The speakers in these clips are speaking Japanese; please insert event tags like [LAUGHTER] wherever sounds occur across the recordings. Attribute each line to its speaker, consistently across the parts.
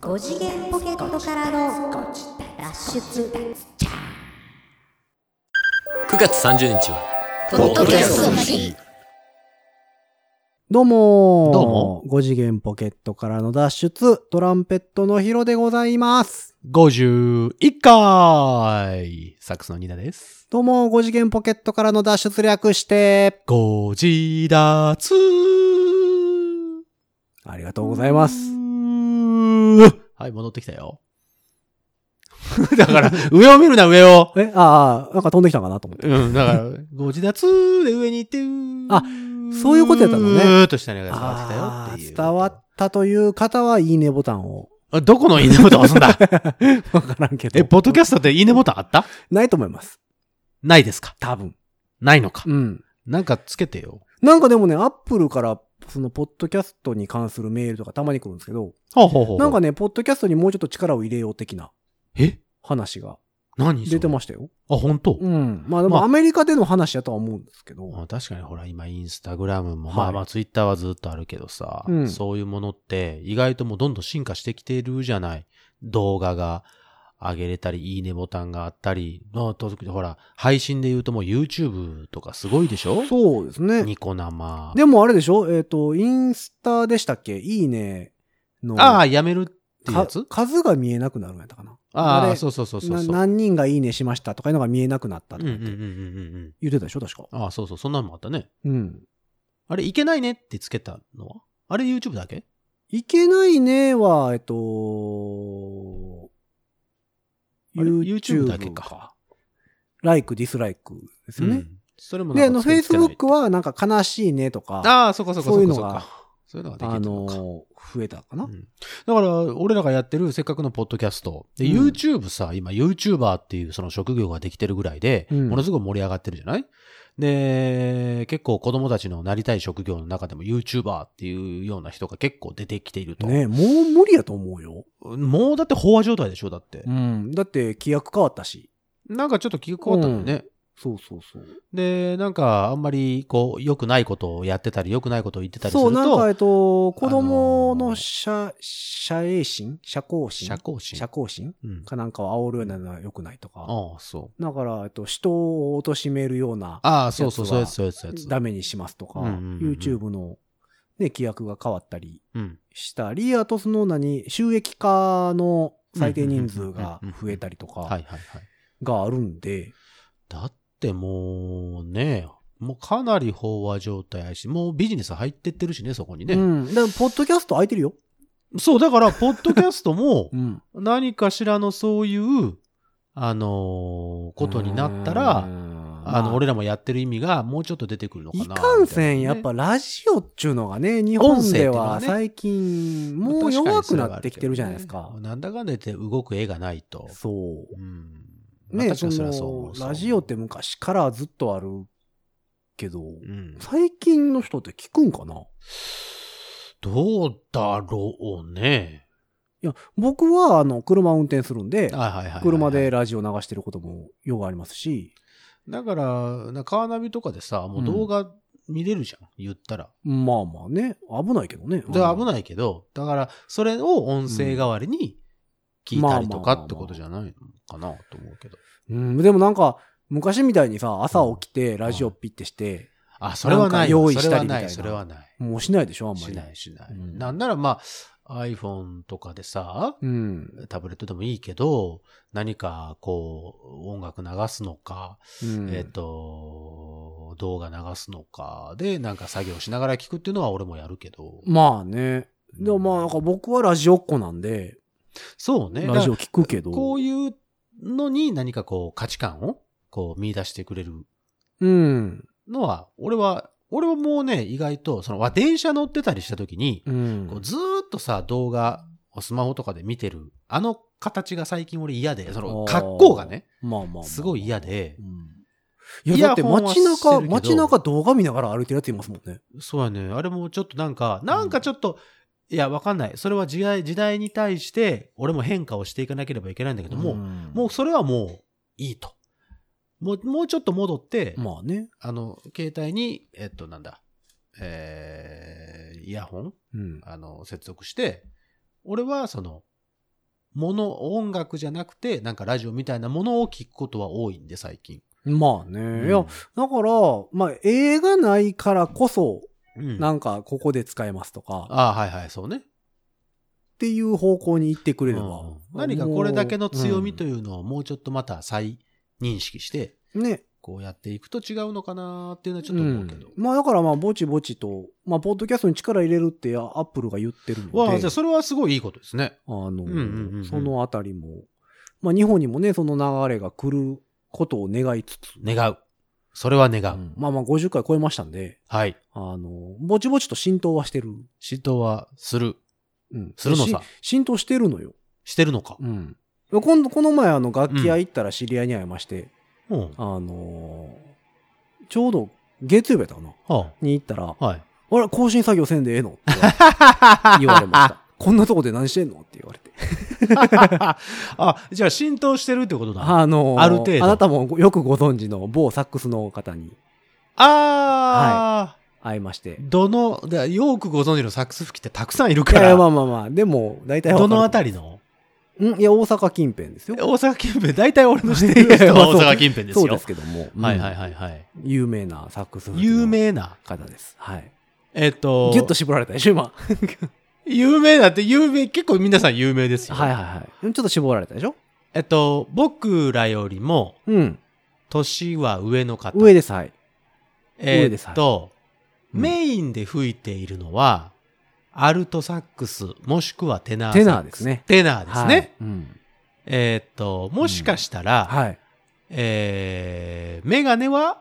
Speaker 1: 5次元ポケットからの脱出
Speaker 2: 9月30日は
Speaker 3: ポッドキャストの日
Speaker 4: どうもー
Speaker 3: どうも
Speaker 4: 5次元ポケットからの脱出、トランペットのヒロでございます。
Speaker 3: 51回サックスのニナです。
Speaker 4: どうもー5次元ポケットからの脱出略して、
Speaker 3: ご自立
Speaker 4: ありがとうございます。
Speaker 3: はい、戻ってきたよ。 [LAUGHS] だから、上を見るな、上を。
Speaker 4: え、ああ、なんか飛んできたかなと思って。
Speaker 3: うん、だから、ご自立で上に行って、
Speaker 4: あそういうことやったのね
Speaker 3: うーっとしたねが伝わってきたよ
Speaker 4: あ
Speaker 3: っ
Speaker 4: あ
Speaker 3: ていう。
Speaker 4: ー、伝わったという方は、いいねボタンを。
Speaker 3: あどこのいいねボタン押すんだ
Speaker 4: [LAUGHS] わからんけど。
Speaker 3: え、ポッドキャストっていいねボタンあった
Speaker 4: ないと思います。
Speaker 3: ないですか
Speaker 4: 多分。
Speaker 3: ないのか。
Speaker 4: うん。
Speaker 3: なんかつけてよ。
Speaker 4: なんかでもね、アップルから、その、ポッドキャストに関するメールとかたまに来るんですけど、
Speaker 3: ほうほうほう。
Speaker 4: なんかね、ポッドキャストにもうちょっと力を入れよう的な
Speaker 3: え
Speaker 4: 話が
Speaker 3: 何
Speaker 4: 出て
Speaker 3: も
Speaker 4: ましたよ。
Speaker 3: あ、本当、
Speaker 4: うん。まあで
Speaker 3: ま
Speaker 4: も
Speaker 3: あ
Speaker 4: アメリカでの話やとは思うんですけど。
Speaker 3: あ確かにほら、今インスタグラムも、
Speaker 4: はい
Speaker 3: まあまあツイッターはずっとあるけどさ、
Speaker 4: うん
Speaker 3: そういうものって意外ともうどんどん進化してきてるじゃない。動画が上げれたり、いいねボタンがあったり、まあ、とほら、配信で言うともう YouTube とかすごいでしょ
Speaker 4: そうですね。
Speaker 3: ニコ生。
Speaker 4: でもあれでしょえっ、と、インスタでしたっけいいねの。
Speaker 3: ああ、やめるっていうや
Speaker 4: か
Speaker 3: つ
Speaker 4: 数が見えなくなるんやったかな。あ
Speaker 3: ああ、
Speaker 4: れ
Speaker 3: そうそうそうそう
Speaker 4: な
Speaker 3: そう。
Speaker 4: 何人がいいねしましたとかいうのが見えなくなった
Speaker 3: うん
Speaker 4: と
Speaker 3: うん
Speaker 4: か
Speaker 3: うんう
Speaker 4: っ
Speaker 3: んうん
Speaker 4: て
Speaker 3: うん。
Speaker 4: 言ってたでしょ確か。
Speaker 3: ああ、そうそう、そんなのもあったね。
Speaker 4: うん。
Speaker 3: あれ、いけないねってつけたのはあれ YouTube だけ
Speaker 4: いけないねは、えっと、
Speaker 3: あれ YouTube だけか。
Speaker 4: ライク、ディスライクですよ
Speaker 3: う
Speaker 4: ね。
Speaker 3: んそれも
Speaker 4: で、
Speaker 3: な
Speaker 4: あ
Speaker 3: ん
Speaker 4: の、
Speaker 3: かつけつけない
Speaker 4: Facebook はなんか悲しいねとか、あ
Speaker 3: ああ、そうかそうか
Speaker 4: そう
Speaker 3: そ
Speaker 4: いうう
Speaker 3: かそ
Speaker 4: の
Speaker 3: うか
Speaker 4: が。
Speaker 3: そういうのができてるの
Speaker 4: の、
Speaker 3: か。
Speaker 4: 増えたかな。
Speaker 3: うんだから、俺らがやってるせっかくのポッドキャスト。で、
Speaker 4: うん
Speaker 3: YouTube さ、今 YouTuber っていうその職業ができてるぐらいで、
Speaker 4: うん
Speaker 3: ものすごい盛り上がってるじゃないで、結構子供たちのなりたい職業の中でも YouTuber っていうような人が結構出てきていると。
Speaker 4: ねもう無理やと思うよ。
Speaker 3: もうだって飽和状態でしょだって
Speaker 4: う。ん。だって規約変わったし。
Speaker 3: なんかちょっと気が変わったんだよね。
Speaker 4: そうそうそう。
Speaker 3: で、なんかあんまりこう、良くないことをやってたり、良くないことを言ってたりする
Speaker 4: そう、なんか、え
Speaker 3: と、
Speaker 4: っと、子供
Speaker 3: あのー
Speaker 4: の社、社営心社交心
Speaker 3: 社交心
Speaker 4: 社。交心
Speaker 3: うん。
Speaker 4: かなんかを煽るようなのは良くないとか。
Speaker 3: ああ、そう。
Speaker 4: だから、えっと、人を貶めるような、
Speaker 3: ああ、そうそう、そうや
Speaker 4: や
Speaker 3: つ、
Speaker 4: つ
Speaker 3: そうやつ、そうやつ。
Speaker 4: ダメにしますとか、
Speaker 3: うんうんうんうん
Speaker 4: YouTube の、ね、規約が変わったり
Speaker 3: うん。
Speaker 4: したり、あとその何、収益化の最低人数が増えたりと
Speaker 3: はいは
Speaker 4: か
Speaker 3: いはい。
Speaker 4: があるんで、
Speaker 3: だってもうね、もうかなり飽和状態やし、もうビジネス入ってってるしね、そこにね。
Speaker 4: うん。だから、ポッドキャスト空いてるよ。
Speaker 3: そう、だ
Speaker 4: [LAUGHS]
Speaker 3: から、ポッドキャストも
Speaker 4: う、ん。
Speaker 3: 何かしらのそういう、あのーことになった
Speaker 4: うー
Speaker 3: ら、
Speaker 4: ん
Speaker 3: あの、俺らもやってる意味がもうちょっと出てくるのかな。
Speaker 4: いかんせん、
Speaker 3: みた
Speaker 4: や
Speaker 3: い
Speaker 4: っ
Speaker 3: なね
Speaker 4: ぱラジオっちゅうのがね、日本では
Speaker 3: 音声っていうのはね
Speaker 4: 最近、もう弱くなってきてるじゃないですか。
Speaker 3: なんだかんだ言って動く絵がないと。
Speaker 4: そうう。
Speaker 3: ん。まあ
Speaker 4: ね、
Speaker 3: 確か
Speaker 4: そ
Speaker 3: にそれはそう思
Speaker 4: の
Speaker 3: う、
Speaker 4: ラジオって、昔からずっとあるけど、
Speaker 3: うん。
Speaker 4: 最近の人って聞くんかな
Speaker 3: どうだろうね。
Speaker 4: いや、僕は、あの、車運転するんで、
Speaker 3: はいはいはいはい。
Speaker 4: 車でラジオ流してることもようありますし、
Speaker 3: だから、なカーナビとかでさ、もう動画見れるじゃん、言ったら。
Speaker 4: まあまあね、危ないけどね。
Speaker 3: で危
Speaker 4: い。
Speaker 3: ないけど、だから、それを音声代わりに聞いたりとか
Speaker 4: まあまあまあまあ
Speaker 3: ってことじゃないのかなと思うけど。
Speaker 4: うん、でもなんか、昔みたいにさ、朝起きて、ラジオピッてして、
Speaker 3: あ、それはない。
Speaker 4: なんか用意したりみたいな
Speaker 3: それはない。
Speaker 4: もうしないでしょ、あんま
Speaker 3: そ
Speaker 4: り。
Speaker 3: れはない。しないしない。
Speaker 4: うん
Speaker 3: なんなら、まあ、iPhone とかでさ、
Speaker 4: うん。
Speaker 3: タブレットでもいいけど、何かこう、音楽流すのか、
Speaker 4: うん
Speaker 3: えっ、と、動画流すのかで、なんか作業しながら聞くっていうのは俺もやるけど。
Speaker 4: まあね。でもまあなんか僕はラジオっ子なんで、
Speaker 3: そうね。
Speaker 4: ラジオ
Speaker 3: だか
Speaker 4: 聞くけ
Speaker 3: ら
Speaker 4: ど。
Speaker 3: こう
Speaker 4: い
Speaker 3: いうのに何かこう価値観をこう見出してくれる
Speaker 4: う。うん。
Speaker 3: のは、俺は、俺はもうね、意外と、その、わ電車乗ってたりした時に、
Speaker 4: うん。
Speaker 3: こうずーっとさ、動画をスマホとかで見てる、あの形が最近俺嫌で、その
Speaker 4: あー
Speaker 3: 格好がね、
Speaker 4: まあまあまあ
Speaker 3: すごい嫌。で
Speaker 4: う、んいやだって
Speaker 3: イヤホンはし
Speaker 4: 街
Speaker 3: てる
Speaker 4: 中、
Speaker 3: けど
Speaker 4: 街中動画見ながら歩いてるやついますもんね。
Speaker 3: そうやね。あれもちょっとなんか、なんかちょっと、いや、わかんない。それは時代、時代に対して、俺も変化をしていかなければいけないんだけども、
Speaker 4: ん
Speaker 3: もうそれはもういいと。もう、もうちょっと戻って、
Speaker 4: まあね。
Speaker 3: あの、携帯に、えっと、なんだ、えー、イヤホン、
Speaker 4: うん。
Speaker 3: あの、接続して、俺はその、もの、音楽じゃなくて、なんかラジオみたいなものを聞くことは多いんで、最近。
Speaker 4: まあね、いや、だから、まあ、映画ないからこそ、
Speaker 3: うん
Speaker 4: なんか、ここで使えますとか、っ
Speaker 3: ああ、はいはい、そうね。
Speaker 4: ていう方向に行ってくれれば
Speaker 3: うん。何かこれだけの強みと
Speaker 4: い
Speaker 3: いうのをもうちょっとまた再認識して、
Speaker 4: うん。ね。
Speaker 3: こうやっていくと違うのかなっていうのはちょっと思うけど。
Speaker 4: んまあ、だからまあ、ぼちぼちと、まあ、ポッドキャストに力入れるって、アップルが言ってるので。
Speaker 3: わあ、じゃあそれはすごいいいことですね。
Speaker 4: あの、
Speaker 3: んうんうん
Speaker 4: そのあたりも、まあ日本にもね、その流れが来ることを願いつつ、
Speaker 3: 願う。それは願
Speaker 4: う
Speaker 3: う。
Speaker 4: んまあまあ50回超えましたんで、
Speaker 3: はい。
Speaker 4: あの、ぼちぼちと浸透はしてる。
Speaker 3: 嫉妬はする。
Speaker 4: うん
Speaker 3: するの
Speaker 4: し
Speaker 3: さ。
Speaker 4: 浸透してるのよ。
Speaker 3: してるのか。
Speaker 4: うん。今度、この前、あの、楽器屋行ったら知り合いに会いまして、
Speaker 3: うん。
Speaker 4: あのーちょうど月曜日やったかな
Speaker 3: は
Speaker 4: に行ったら、
Speaker 3: あ、はい。
Speaker 4: あれ、更新作業せんでええのって [LAUGHS] 言われ
Speaker 3: [LAUGHS]
Speaker 4: ました。こんなとこで何してんのって言われて。
Speaker 3: あ、じゃあ浸透してるってことだ。あ
Speaker 4: あのー
Speaker 3: ある程度
Speaker 4: あなたもよくご存知の某サックスの方に
Speaker 3: あ
Speaker 4: 会いまし
Speaker 3: ー、。
Speaker 4: て
Speaker 3: どの、だよくご存知のサックス吹きってたくさんいる
Speaker 4: い
Speaker 3: か
Speaker 4: やい
Speaker 3: ら。
Speaker 4: や、まあまあまあ、でも、大体
Speaker 3: どのあた
Speaker 4: り
Speaker 3: りの
Speaker 4: うんいや、大阪近辺ですよ。
Speaker 3: 大阪近辺、大体俺の知
Speaker 4: [LAUGHS]
Speaker 3: っている人は大阪近辺ですよ。
Speaker 4: そうですけども。
Speaker 3: はいはい
Speaker 4: い。
Speaker 3: はいはい。
Speaker 4: 有名なサックス。
Speaker 3: 有。名な。
Speaker 4: 方です。はい。
Speaker 3: えっと、
Speaker 4: ギュッと絞られたでしょ、今。
Speaker 3: 有名だって有名、結構皆さん有名ですよ。
Speaker 4: はいはいはい。ちょっと絞られたでしょ
Speaker 3: えっと、僕らよりも、
Speaker 4: うん。
Speaker 3: 年は上の方。
Speaker 4: 上です、はい。
Speaker 3: え
Speaker 4: 上
Speaker 3: ー
Speaker 4: です
Speaker 3: っと、
Speaker 4: うん
Speaker 3: メインで吹いているのは、アルトサックス、もしくはテナーサックス。
Speaker 4: テナーですね
Speaker 3: テナーですね。
Speaker 4: はい。うん。
Speaker 3: えーっと、もしかしたら、
Speaker 4: はい。
Speaker 3: えー、メガネは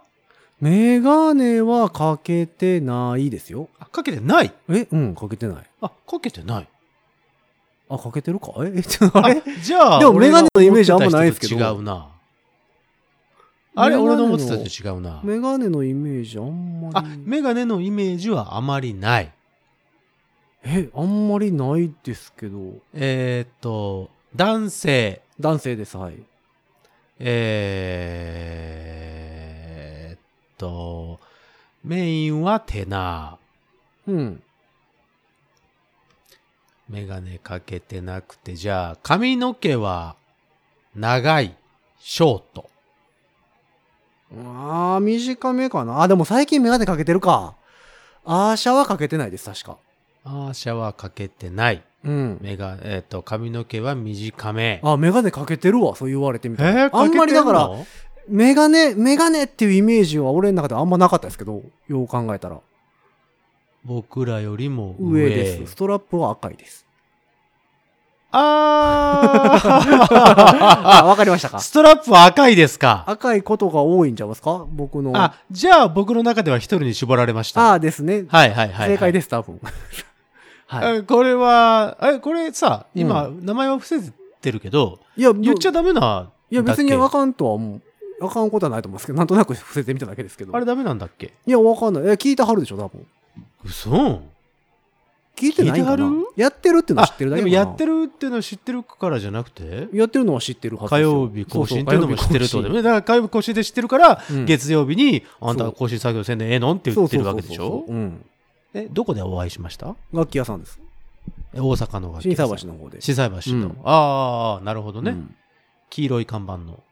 Speaker 4: メガネはかけてないですよ。
Speaker 3: あかけてない。
Speaker 4: えうん、かけてない。
Speaker 3: あ、かけてない。
Speaker 4: あ、かけてるかえ [LAUGHS] え、ちょあれ
Speaker 3: じゃあ、
Speaker 4: でも
Speaker 3: 俺が
Speaker 4: メガネのイメージあんまないですけど
Speaker 3: 思ってた人と違うな。あれ、
Speaker 4: メガ
Speaker 3: 俺
Speaker 4: ネの
Speaker 3: の思ってた人と違うな。
Speaker 4: メガネのイメージあんまり。
Speaker 3: あ、メガネのイメージはあまりない。
Speaker 4: え、あんまりないですけど。
Speaker 3: えーっと、男性、
Speaker 4: 男性です、はい。
Speaker 3: えーっと、メインはテナー。
Speaker 4: うん。
Speaker 3: メガネかけてなくて、じゃあ、髪の毛は長い、ショート。
Speaker 4: あー、短めかな。あ、でも最近メガネかけてるか。アーシャはかけてないです、確か。
Speaker 3: アーシャはかけてない。
Speaker 4: うん。
Speaker 3: メガ、えーっと、髪の毛は短め。
Speaker 4: あ、メガネかけてるわ、そう言われてみ
Speaker 3: え
Speaker 4: たら。
Speaker 3: ー
Speaker 4: あんまりだか、
Speaker 3: かけ
Speaker 4: ら、メガネ、メガネっていうイメージは俺の中ではあんまなかったですけど、よう考えたら。
Speaker 3: てんの僕らよりも上
Speaker 4: 上です。ストラップは赤いです。あ、
Speaker 3: [LAUGHS] あ
Speaker 4: わかりました
Speaker 3: ー
Speaker 4: か
Speaker 3: ストラップは赤いですか
Speaker 4: 赤いことが多いんちゃいますか僕の。
Speaker 3: あ、じゃあ僕の中では一人に絞られました。
Speaker 4: あーですね。
Speaker 3: はいはいはい。。
Speaker 4: 正解ですす、多分。はい。
Speaker 3: えこれは、え、これさ、今、
Speaker 4: う
Speaker 3: 名前は伏せてるけど、
Speaker 4: [LAUGHS] いや、
Speaker 3: 言っちゃダメな。
Speaker 4: いや、別に
Speaker 3: だ
Speaker 4: あ
Speaker 3: っけ
Speaker 4: かんとはもう、あかんことはないと思うんですけど、なんとなく伏せてみただけですけど。
Speaker 3: あれダメなんだっけ
Speaker 4: いや、わかんない。え、聞いてはるでしょ、多分。
Speaker 3: 嘘
Speaker 4: 聞いてないんかな
Speaker 3: 聞いては
Speaker 4: やってるっていうのは
Speaker 3: あ
Speaker 4: 知ってるだ
Speaker 3: で
Speaker 4: け
Speaker 3: も
Speaker 4: かな
Speaker 3: やってるっていうのは知ってるからじゃなくて
Speaker 4: やってるのは知ってるはず
Speaker 3: 火
Speaker 4: ですよ
Speaker 3: 曜日更新っていうのも知ってるってことだよ
Speaker 4: ね。
Speaker 3: ね。だから火曜日更新で知ってるから、
Speaker 4: うん
Speaker 3: 月曜日に、あん
Speaker 4: そ
Speaker 3: た
Speaker 4: う
Speaker 3: 更新作業せんでええのんって言ってるわけでし
Speaker 4: そうそう
Speaker 3: ょ
Speaker 4: そうそううん。
Speaker 3: え、どこでお会いしました
Speaker 4: 楽器屋さんです。
Speaker 3: え大阪の楽器
Speaker 4: 新
Speaker 3: 屋さ
Speaker 4: 沢
Speaker 3: ん
Speaker 4: 橋の方で。
Speaker 3: 心斎橋の。
Speaker 4: うん
Speaker 3: ああ、なるほどね、
Speaker 4: うん
Speaker 3: 黄色い看板の。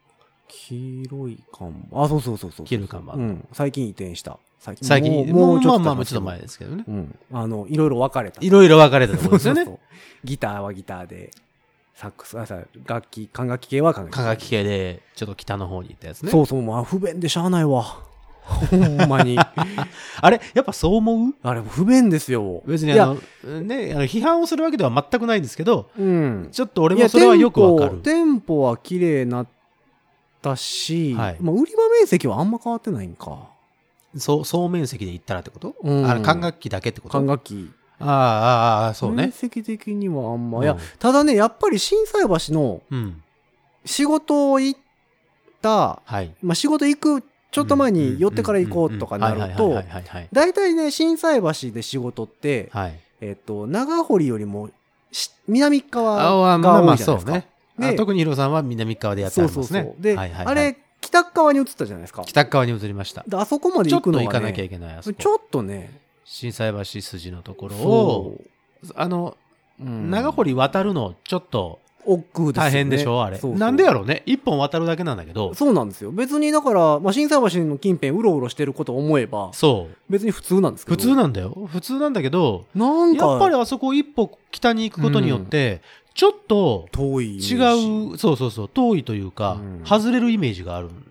Speaker 4: 黄色い看板。あ、そうそうそうそう。
Speaker 3: 黄色い看板
Speaker 4: うん。最近移転した。最近。
Speaker 3: 最近、
Speaker 4: もうもうちょっと。
Speaker 3: まあまあ、ちょっと前。ですけどね。
Speaker 4: うん。あの、いろいろ分かれた。
Speaker 3: いろいろ分かれたところですよ
Speaker 4: [LAUGHS] そ
Speaker 3: ね。
Speaker 4: うそうそうギターはギターで、サックス、あ、さ楽器、管楽器系は管楽器
Speaker 3: 科学系で、ちょっと北の方に行ったやつね。
Speaker 4: そうそう、まあ不便でしゃあないわ。ほんま
Speaker 3: [LAUGHS]
Speaker 4: に。
Speaker 3: あれやっぱそう思う
Speaker 4: あれ、不便ですよ。
Speaker 3: 別
Speaker 4: い
Speaker 3: にあ
Speaker 4: や、
Speaker 3: の、ね、あの批判をするわけでは全くないんですけど、
Speaker 4: うん。
Speaker 3: ちょっと俺もそれはよく分か
Speaker 4: いや
Speaker 3: る。
Speaker 4: 店舗店舗は綺麗になったし、
Speaker 3: はい
Speaker 4: まあ、売り場面積はあんま変わってないんか。
Speaker 3: そう、総面積で行ったらってこと、
Speaker 4: うん
Speaker 3: あの、管楽器だけってこと
Speaker 4: 管楽器。
Speaker 3: ああ、ああああ、そう
Speaker 4: 面
Speaker 3: ね。
Speaker 4: 積的にはあんま。
Speaker 3: うん
Speaker 4: いや、ただね、やっぱり心斎橋の
Speaker 3: うん。
Speaker 4: 仕事を行った、
Speaker 3: はい。
Speaker 4: まあ、仕事行くちょっと前に寄ってから行こうとかなる
Speaker 3: うんうんうんうん
Speaker 4: と
Speaker 3: はい、はいはいはい
Speaker 4: 大体ね、心斎橋で仕事って、
Speaker 3: はい。はい。
Speaker 4: えっと、長堀よりもし南側
Speaker 3: ああ、
Speaker 4: が
Speaker 3: まあま
Speaker 4: 多い
Speaker 3: あ、
Speaker 4: じゃな
Speaker 3: そ
Speaker 4: いで
Speaker 3: う
Speaker 4: すか。
Speaker 3: ね。
Speaker 4: で
Speaker 3: あ特にヒロさんは南側でやって
Speaker 4: そ
Speaker 3: は
Speaker 4: う
Speaker 3: り
Speaker 4: そ
Speaker 3: ま
Speaker 4: う
Speaker 3: す
Speaker 4: そう
Speaker 3: ね。。
Speaker 4: で、
Speaker 3: はいはい
Speaker 4: あ
Speaker 3: はい
Speaker 4: れ、北側に移ったじゃないですか。
Speaker 3: 北側に移りました。
Speaker 4: であそこまで
Speaker 3: ちょ
Speaker 4: 行
Speaker 3: っ
Speaker 4: く
Speaker 3: と
Speaker 4: のが、ね、
Speaker 3: 行かなきゃいけない。あそこ
Speaker 4: ちょっとね、
Speaker 3: 心斎橋筋のところを、
Speaker 4: そ
Speaker 3: あの、
Speaker 4: う。うん
Speaker 3: 長堀渡るのちょっと
Speaker 4: 億劫ですよね
Speaker 3: 大変でしょ、あれ
Speaker 4: そうそう
Speaker 3: なんでやろうね。一本渡るだけなんだけど、
Speaker 4: そうなんですよ。別にだから、まあ、震災橋の近辺うろうろしてることを思えば、
Speaker 3: そう。
Speaker 4: 別に普通なんですけど。
Speaker 3: 普通なんだよ。普通なんだけど、
Speaker 4: なんか、
Speaker 3: やっぱりあそこ一歩北に行くことによって、ちょっと
Speaker 4: 遠いイメ
Speaker 3: 違
Speaker 4: ージ。
Speaker 3: う、そうそうそう、遠いというか、
Speaker 4: うん
Speaker 3: 外れるイメージがあるんだよね。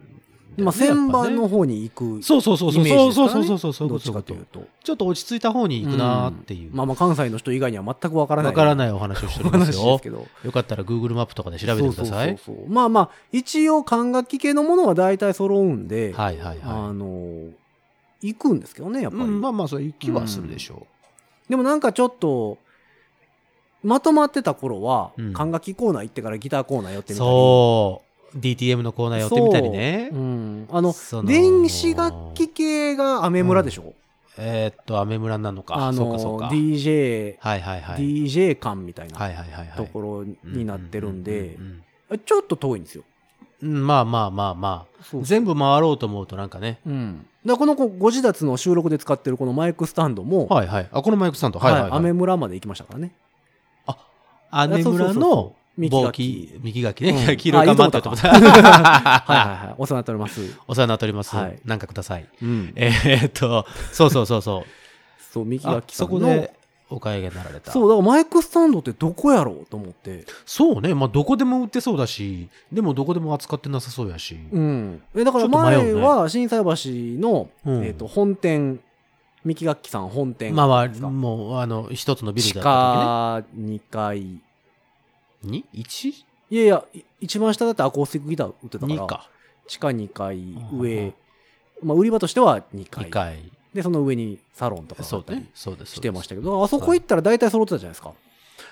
Speaker 4: まあ、
Speaker 3: や
Speaker 4: 旋
Speaker 3: っぱね
Speaker 4: 盤の方に行くイメージですか
Speaker 3: そうそうそうそう、そうそう
Speaker 4: らね
Speaker 3: そうそうそう、
Speaker 4: どっちかというと。
Speaker 3: ちょっと落ち着いた方に行くなーっていう。
Speaker 4: まあまあ、関西の人以外には全くわからない。
Speaker 3: わから
Speaker 4: い
Speaker 3: ないお話をしておりま
Speaker 4: 話です
Speaker 3: よ
Speaker 4: す。けど。
Speaker 3: よかったら Google マップとかで調べてください。
Speaker 4: そうそうそうそうまあまあ、一応管楽器系のものは大体揃うんで、
Speaker 3: はいはいは
Speaker 4: あの行くんですけどね、やっ
Speaker 3: い。
Speaker 4: ぱり。
Speaker 3: うんまあまあ、そういう気はするでしょ
Speaker 4: でもなんかちょっと、まとまってた頃は
Speaker 3: うん、
Speaker 4: 管楽器コーナー行ってからギターコーナー寄って
Speaker 3: う。
Speaker 4: みたり。
Speaker 3: そう。DTM のコーナー寄ってみたりね
Speaker 4: そう。うんあの、
Speaker 3: その
Speaker 4: 電子楽器系がアメ村でしょ、
Speaker 3: えーっと、アメ村なのか。
Speaker 4: あ
Speaker 3: そうか
Speaker 4: の
Speaker 3: そうか。
Speaker 4: DJ、
Speaker 3: はいはいはい。
Speaker 4: DJ 館みたい
Speaker 3: は
Speaker 4: ない
Speaker 3: はいはいはい。
Speaker 4: ところになってるんで
Speaker 3: う、う
Speaker 4: ちょっと遠いんですよ。
Speaker 3: うんうん。まあまあまあまあ。全部回ろうと思うとなんかね。
Speaker 4: うん、だからこのこうご自立の収録で使ってるこのマイクスタンドも、
Speaker 3: はいはい。あ、このマイクスタンド。はいはい
Speaker 4: ア
Speaker 3: はい。
Speaker 4: メ村まで行きましたからね。
Speaker 3: アメ
Speaker 4: そうそう
Speaker 3: 村
Speaker 4: そう
Speaker 3: の
Speaker 4: 右
Speaker 3: 棒
Speaker 4: 書
Speaker 3: 木
Speaker 4: き、
Speaker 3: 右書き
Speaker 4: うん
Speaker 3: ね。黄色い
Speaker 4: あいい
Speaker 3: 看
Speaker 4: と
Speaker 3: 板
Speaker 4: こ
Speaker 3: って
Speaker 4: だ
Speaker 3: と思っ
Speaker 4: は
Speaker 3: [LAUGHS]
Speaker 4: い
Speaker 3: た。
Speaker 4: はいはい。お世話になっております。
Speaker 3: [LAUGHS] お世話になっております。
Speaker 4: はい
Speaker 3: なんかください。
Speaker 4: うん、
Speaker 3: えーっと、そうそうそうそう。
Speaker 4: そう、右
Speaker 3: あ
Speaker 4: がきさ
Speaker 3: そ
Speaker 4: んの。
Speaker 3: こでお買い上げになられた。
Speaker 4: そう、だからマイクスタンドってどこやろうと思って。
Speaker 3: そうね。まあ、どこでも売ってそうだし、でもどこでも扱ってなさそうやし。
Speaker 4: うん。えだか
Speaker 3: ちょ
Speaker 4: ら
Speaker 3: っと迷うね
Speaker 4: 前は、心斎橋の、
Speaker 3: うん
Speaker 4: えっと、本店、三木楽器さん本店。
Speaker 3: まあまあ、
Speaker 4: ですか
Speaker 3: もう、あの、一つのビ
Speaker 4: 地
Speaker 3: ルだった
Speaker 4: 下2階。い
Speaker 3: 時ね。2?1?2
Speaker 4: やいや、い一番下だってアコースティックギター売ってたから。
Speaker 3: か。
Speaker 4: 地下2階
Speaker 3: うん
Speaker 4: 上。まあ、売り場としては2
Speaker 3: 2
Speaker 4: 階。
Speaker 3: 回。
Speaker 4: で、その上にサロンとかがあ
Speaker 3: そ
Speaker 4: っ
Speaker 3: う
Speaker 4: たり
Speaker 3: ね。そうです。
Speaker 4: してましたたけど、あそこ行ったら大体揃ってたじゃないですか。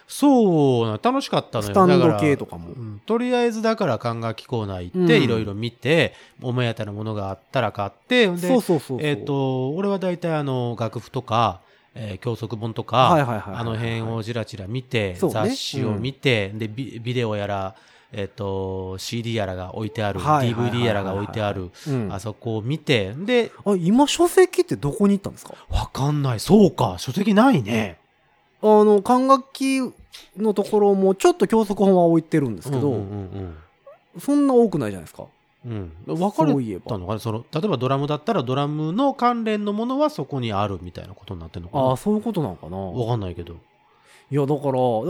Speaker 3: そうな、楽しかったのよ。
Speaker 4: スタン
Speaker 3: だ
Speaker 4: ド
Speaker 3: から
Speaker 4: 系とかも
Speaker 3: う。んとりあえずだから管楽器コーナー行って、
Speaker 4: うん
Speaker 3: いろいろ見て、お目当てのものがあったら買って、で、
Speaker 4: そうそうそうそう。
Speaker 3: えっ、と、俺は大体あの、楽譜とか、えー教則本とか、
Speaker 4: はいはいはい。
Speaker 3: あの辺をじらじら見て、
Speaker 4: そうね
Speaker 3: 雑誌を見て、でビビデオやら、えっと CD やらが置いてある、
Speaker 4: はいはいはいはいはい
Speaker 3: DVD やらが置いてある、
Speaker 4: うん、
Speaker 3: あ
Speaker 4: あ
Speaker 3: そこを見てで
Speaker 4: 今書籍ってどこに行ったんですか
Speaker 3: わかんないそうか書籍ないね
Speaker 4: あの管楽器のところもちょっと教則本は置いてるんですけど、
Speaker 3: うんうん
Speaker 4: そんな多くないじゃないですか
Speaker 3: うんうん、分かれ
Speaker 4: そういえ
Speaker 3: た
Speaker 4: ば
Speaker 3: のかねその例えばドラムだったらドラムの関連のものはそこにあるみたいなことになってるのか
Speaker 4: あ
Speaker 3: な
Speaker 4: あそういうことなのか
Speaker 3: 分
Speaker 4: な
Speaker 3: かんないけど、
Speaker 4: いやだからだ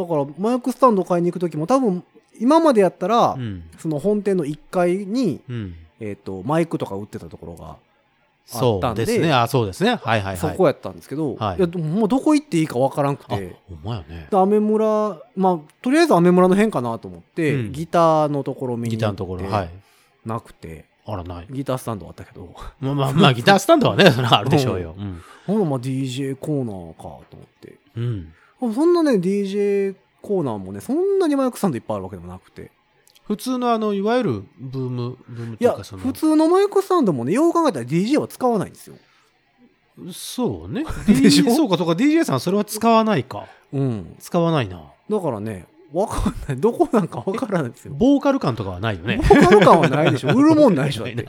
Speaker 4: からマイクスタンド買いに行く時も多分今までやったら、
Speaker 3: うん
Speaker 4: その本店の1階に、
Speaker 3: うん、
Speaker 4: えっとマイクとか売ってたところが、
Speaker 3: そ
Speaker 4: あった
Speaker 3: うん
Speaker 4: で
Speaker 3: ですねあそうですねはいはいはい
Speaker 4: そこやったんですけど、
Speaker 3: はい
Speaker 4: い、やもうどこ行っていいかわからんく
Speaker 3: あ
Speaker 4: て。
Speaker 3: ほんまやね
Speaker 4: でアメ村まあとりあえずアメ村の辺かなと思って、
Speaker 3: うん
Speaker 4: ギターのところ見
Speaker 3: ギ
Speaker 4: に
Speaker 3: ター
Speaker 4: 行
Speaker 3: のとこ
Speaker 4: っ
Speaker 3: ろはい
Speaker 4: てなくて、
Speaker 3: あらない
Speaker 4: ギタースタンドあったけど
Speaker 3: まあまあまあ、ギタースタンドはね、それはあるでしょうよ。うん。
Speaker 4: ほら、まあ DJ コーナーかと思って。
Speaker 3: うん。
Speaker 4: そんなね、DJ コーナーもね、そんなにマイクスタンドいっぱいあるわけでもなくて。
Speaker 3: 普通のあの、いわゆるブーム、ブーム
Speaker 4: い
Speaker 3: とい
Speaker 4: や、
Speaker 3: うかその、
Speaker 4: 普通のマイクスタンドもね、よう考えたら DJ は使わないんですよ。
Speaker 3: そうね。
Speaker 4: [LAUGHS] でし
Speaker 3: DJ、
Speaker 4: ょ
Speaker 3: そうかそうか、DJ さんそれは使わないか。
Speaker 4: うん。
Speaker 3: 使わないな。
Speaker 4: だからね、わかんない。どこなんかわからないですよ。
Speaker 3: ボーカル感とかはないよね。
Speaker 4: ボーカル感はない
Speaker 3: [LAUGHS]
Speaker 4: でしょ。売るもんないでしょ。だっ
Speaker 3: ない
Speaker 4: て。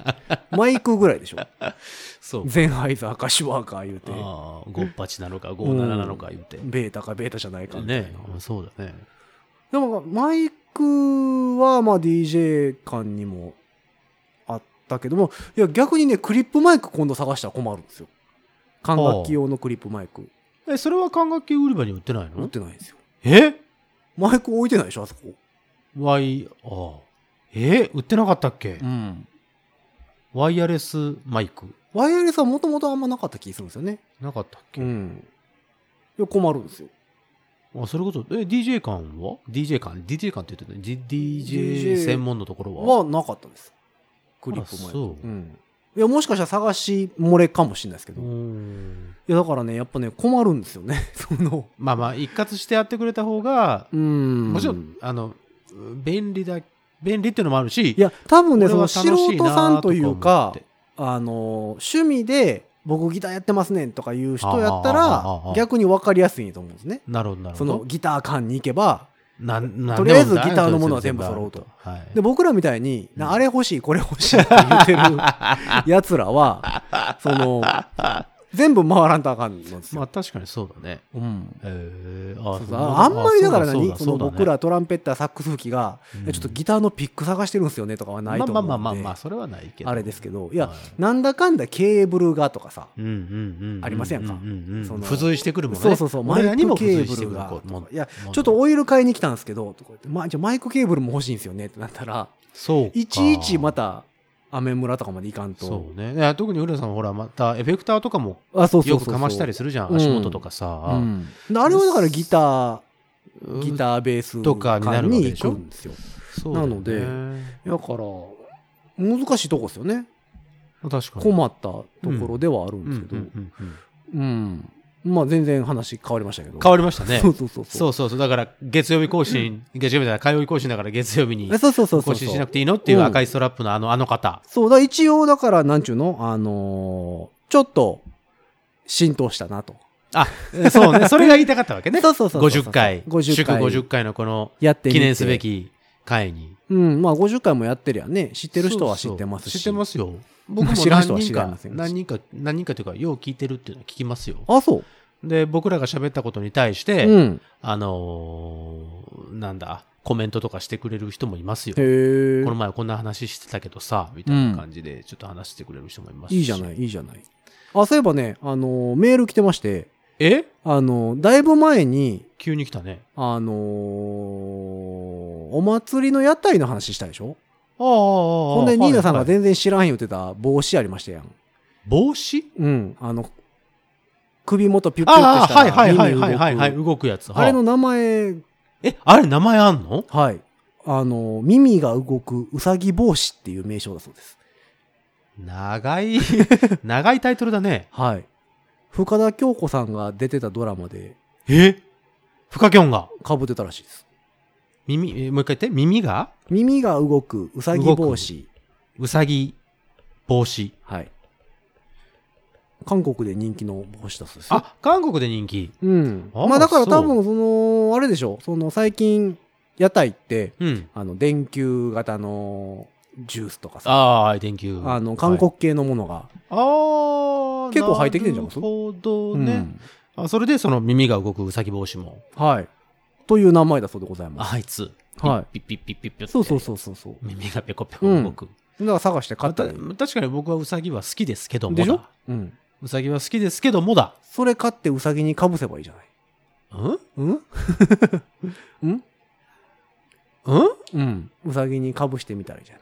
Speaker 4: マイクぐらいでしょ。
Speaker 3: そう。
Speaker 4: ゼンハイザーかシュワーか言うて、
Speaker 3: ああ、58なのか57なのか言って。
Speaker 4: ベータかベータじゃないかみたいな。
Speaker 3: ねそうだね。
Speaker 4: でもマイクはまあ DJ 感にもあったけどもいや逆にねクリップマイク今度探したら困るんですよ管楽器用のクリップマイク
Speaker 3: え、それは管楽器売り場に売ってない
Speaker 4: 持っ
Speaker 3: の
Speaker 4: てないんですよ
Speaker 3: え
Speaker 4: マイク置いてないでしょあそこ
Speaker 3: ?Y、ああ。え売ってなかったっけ
Speaker 4: ん
Speaker 3: ワイヤレスマイク。
Speaker 4: ワイヤレスはもともとあんまなかった気するんですよね
Speaker 3: なかったっけ
Speaker 4: んいや困るんですよ
Speaker 3: あ、それこそ、え、DJ 館は ?DJ 館 ?DJ 館って言ってたね。D- DJ
Speaker 4: DJ
Speaker 3: 専門のところは
Speaker 4: はなかったですクリップマ
Speaker 3: あ
Speaker 4: イク
Speaker 3: そう
Speaker 4: うんいやもしかしたら探し漏れかもしれないですけ
Speaker 3: う
Speaker 4: ど、い
Speaker 3: ん。
Speaker 4: やだからねやっぱね困るんですよね [LAUGHS] その
Speaker 3: まあまあ、一括してやってくれた方が、
Speaker 4: うん
Speaker 3: もちろん、あの、便利だ、便利っていうのもあるし、
Speaker 4: いや、多分ね、その
Speaker 3: 俺は
Speaker 4: 素
Speaker 3: 楽しいな
Speaker 4: 人さんという
Speaker 3: か思っ
Speaker 4: か
Speaker 3: て、
Speaker 4: あの、趣味で、僕ギターやってますねんとかいう人やっ
Speaker 3: ああ
Speaker 4: た
Speaker 3: あ
Speaker 4: ら
Speaker 3: あああ、
Speaker 4: 逆に分かりやすいと思うんですね。
Speaker 3: なるほど、なる
Speaker 4: そ
Speaker 3: ほ
Speaker 4: の
Speaker 3: ど。
Speaker 4: ギター館に行けば、
Speaker 3: ななん
Speaker 4: とりあえずギターのものは全部揃うと。
Speaker 3: なんで
Speaker 4: で、
Speaker 3: も
Speaker 4: 僕らみたいに、
Speaker 3: うん
Speaker 4: なあれ欲しい、これ欲しいって言ってる奴らは、その、全部回らんとあかんのです
Speaker 3: まあ
Speaker 4: よ。
Speaker 3: 確かにそうだね。
Speaker 4: うん
Speaker 3: ええ
Speaker 4: そ
Speaker 3: あ
Speaker 4: うそうああんまりだから何その僕、
Speaker 3: あ
Speaker 4: らトランペッターサックス吹きが、
Speaker 3: うん
Speaker 4: いやちょっとギターのピック探してるんですよねとかはない
Speaker 3: ま
Speaker 4: と
Speaker 3: あ
Speaker 4: 思
Speaker 3: まあ
Speaker 4: うんで
Speaker 3: まあまあまあ、それはないけど。
Speaker 4: あれです
Speaker 3: け
Speaker 4: けどいや、
Speaker 3: はい
Speaker 4: なんだかんだケーブルがとかさ、
Speaker 3: うんうんうんうん。
Speaker 4: ありません
Speaker 3: う
Speaker 4: か
Speaker 3: ううん
Speaker 4: その
Speaker 3: 付随してくるもんね。
Speaker 4: そうそうそうマ
Speaker 3: 俺ら
Speaker 4: イ
Speaker 3: にも
Speaker 4: ク
Speaker 3: 付
Speaker 4: ケ
Speaker 3: 随
Speaker 4: ー
Speaker 3: して
Speaker 4: ブ
Speaker 3: く
Speaker 4: ル
Speaker 3: る
Speaker 4: が
Speaker 3: ことうも
Speaker 4: か
Speaker 3: ん
Speaker 4: いや
Speaker 3: もん
Speaker 4: ちょっとオイル買いに来たんですけどとか言って、まあ、じゃあマイクケーブルも欲しいんですよねってなったら
Speaker 3: そうか
Speaker 4: いちいちまたアメ村とかまで行かんと
Speaker 3: そうね。いや特に浦さんほら、またエフェクターとかも
Speaker 4: あそうそうそうそう
Speaker 3: よくかましたりするじゃん、足元とか
Speaker 4: う
Speaker 3: さ。
Speaker 4: ん、であれはだからギターギターベース
Speaker 3: とかになるわけでしょ
Speaker 4: に行くんですよ
Speaker 3: そうだよね
Speaker 4: なのでだから難しいとこですよね
Speaker 3: 確かに。
Speaker 4: 困ったところではあるん
Speaker 3: う
Speaker 4: で
Speaker 3: ん
Speaker 4: すけど
Speaker 3: うんうんうん
Speaker 4: うんまあ全然話変わりましたけど
Speaker 3: 変わりましたね
Speaker 4: そ。うそうそう
Speaker 3: そうそうそう。だから、月曜日更新、月曜日じゃない、火曜日更新だから月曜日に
Speaker 4: えそうそうそうそ
Speaker 3: 更
Speaker 4: う
Speaker 3: 新しなくていいのっていう
Speaker 4: うん
Speaker 3: 赤いストラップのあの、あの方。
Speaker 4: そうだから一応だからなんちゅうのあのーちょっと浸透したなと
Speaker 3: あ、そう
Speaker 4: [LAUGHS]
Speaker 3: ね。それが言いたかったわけね。
Speaker 4: そうそうそうそう
Speaker 3: 50回。
Speaker 4: 50
Speaker 3: 祝
Speaker 4: 回
Speaker 3: 50回のこの、
Speaker 4: やってみて
Speaker 3: 記念すべき回に。
Speaker 4: うんまあ50回もやってるやんね知
Speaker 3: 知
Speaker 4: ってる人は知ってますし
Speaker 3: 知ってますよ。僕も
Speaker 4: まあ知らん人は
Speaker 3: 何人
Speaker 4: 知らん
Speaker 3: か
Speaker 4: で、すよ
Speaker 3: 何人か、何人かというか、よう聞いてるっていうのは聞きますよ。
Speaker 4: あそう
Speaker 3: で、僕らが喋ったことに対して、
Speaker 4: うん
Speaker 3: あのーなんだ、コメントとかしてくれる人もいますよ。こ
Speaker 4: へえ
Speaker 3: の前こんな話してたけどさ、みたいな感じで、ちょっと話してくれる人もいますし。
Speaker 4: いいじゃないいいじゃないあそういえばねあのーメール来てまして
Speaker 3: え
Speaker 4: あのーだいぶ前に
Speaker 3: 急に来たね。
Speaker 4: あのーお祭りの屋台の話したでしょ
Speaker 3: ああああ、ほ
Speaker 4: ほんで、ニーナさんが
Speaker 3: はい
Speaker 4: 全然知らん言ってた帽子ありましたやん。
Speaker 3: 帽子
Speaker 4: うん。あの、首元ピュッピュッ
Speaker 3: あ
Speaker 4: と
Speaker 3: あ、
Speaker 4: した
Speaker 3: はいはいはい
Speaker 4: ら耳動
Speaker 3: はいはい、はい、
Speaker 4: く。
Speaker 3: 動くやつ。
Speaker 4: あれの名前、
Speaker 3: え、あれ名前あんの
Speaker 4: はい。あの、耳が動くうさぎ帽子っていう名称だそうです。
Speaker 3: 長
Speaker 4: [LAUGHS]
Speaker 3: い、長いタイトルだね。
Speaker 4: はい。深田恭子さんが出てたドラマで
Speaker 3: えフカキョンが。
Speaker 4: 被ってたらしいです。
Speaker 3: 耳、えもう一回言って、耳が
Speaker 4: 耳が動くうさぎ帽子。
Speaker 3: うさぎ、帽子。
Speaker 4: はい。韓国で人気の帽子だそうですよ。
Speaker 3: あ、韓国で人気。
Speaker 4: うん。
Speaker 3: あ
Speaker 4: まあだから
Speaker 3: そう
Speaker 4: 多分その、あれでしょ。その最近、屋台って、
Speaker 3: うん。
Speaker 4: あの、電球型のジュースとかさ、
Speaker 3: ああ、電球。
Speaker 4: あの、韓
Speaker 3: はい
Speaker 4: 国系のものが。
Speaker 3: ああ、
Speaker 4: 結構入ってきてんじゃん
Speaker 3: なるほど
Speaker 4: うん
Speaker 3: ね。あそれで、その耳が動くうさぎ帽子も。
Speaker 4: はい。という名前だそうでございます。
Speaker 3: あいつ。
Speaker 4: は
Speaker 3: ピッピッピッピッピッピッって
Speaker 4: そうそうそうそうそう。
Speaker 3: 耳がペコペコ動く。
Speaker 4: だから探して買ったらいい。
Speaker 3: た確かに僕はうさぎは好きですけども
Speaker 4: でしょ
Speaker 3: だ。
Speaker 4: うん。
Speaker 3: うさぎは好きですけどもだ。
Speaker 4: それ買ってウサギにかぶせばいいじゃない。
Speaker 3: うん
Speaker 4: うん
Speaker 3: うん
Speaker 4: うん。ウサギにかぶしてみたらいいじゃない。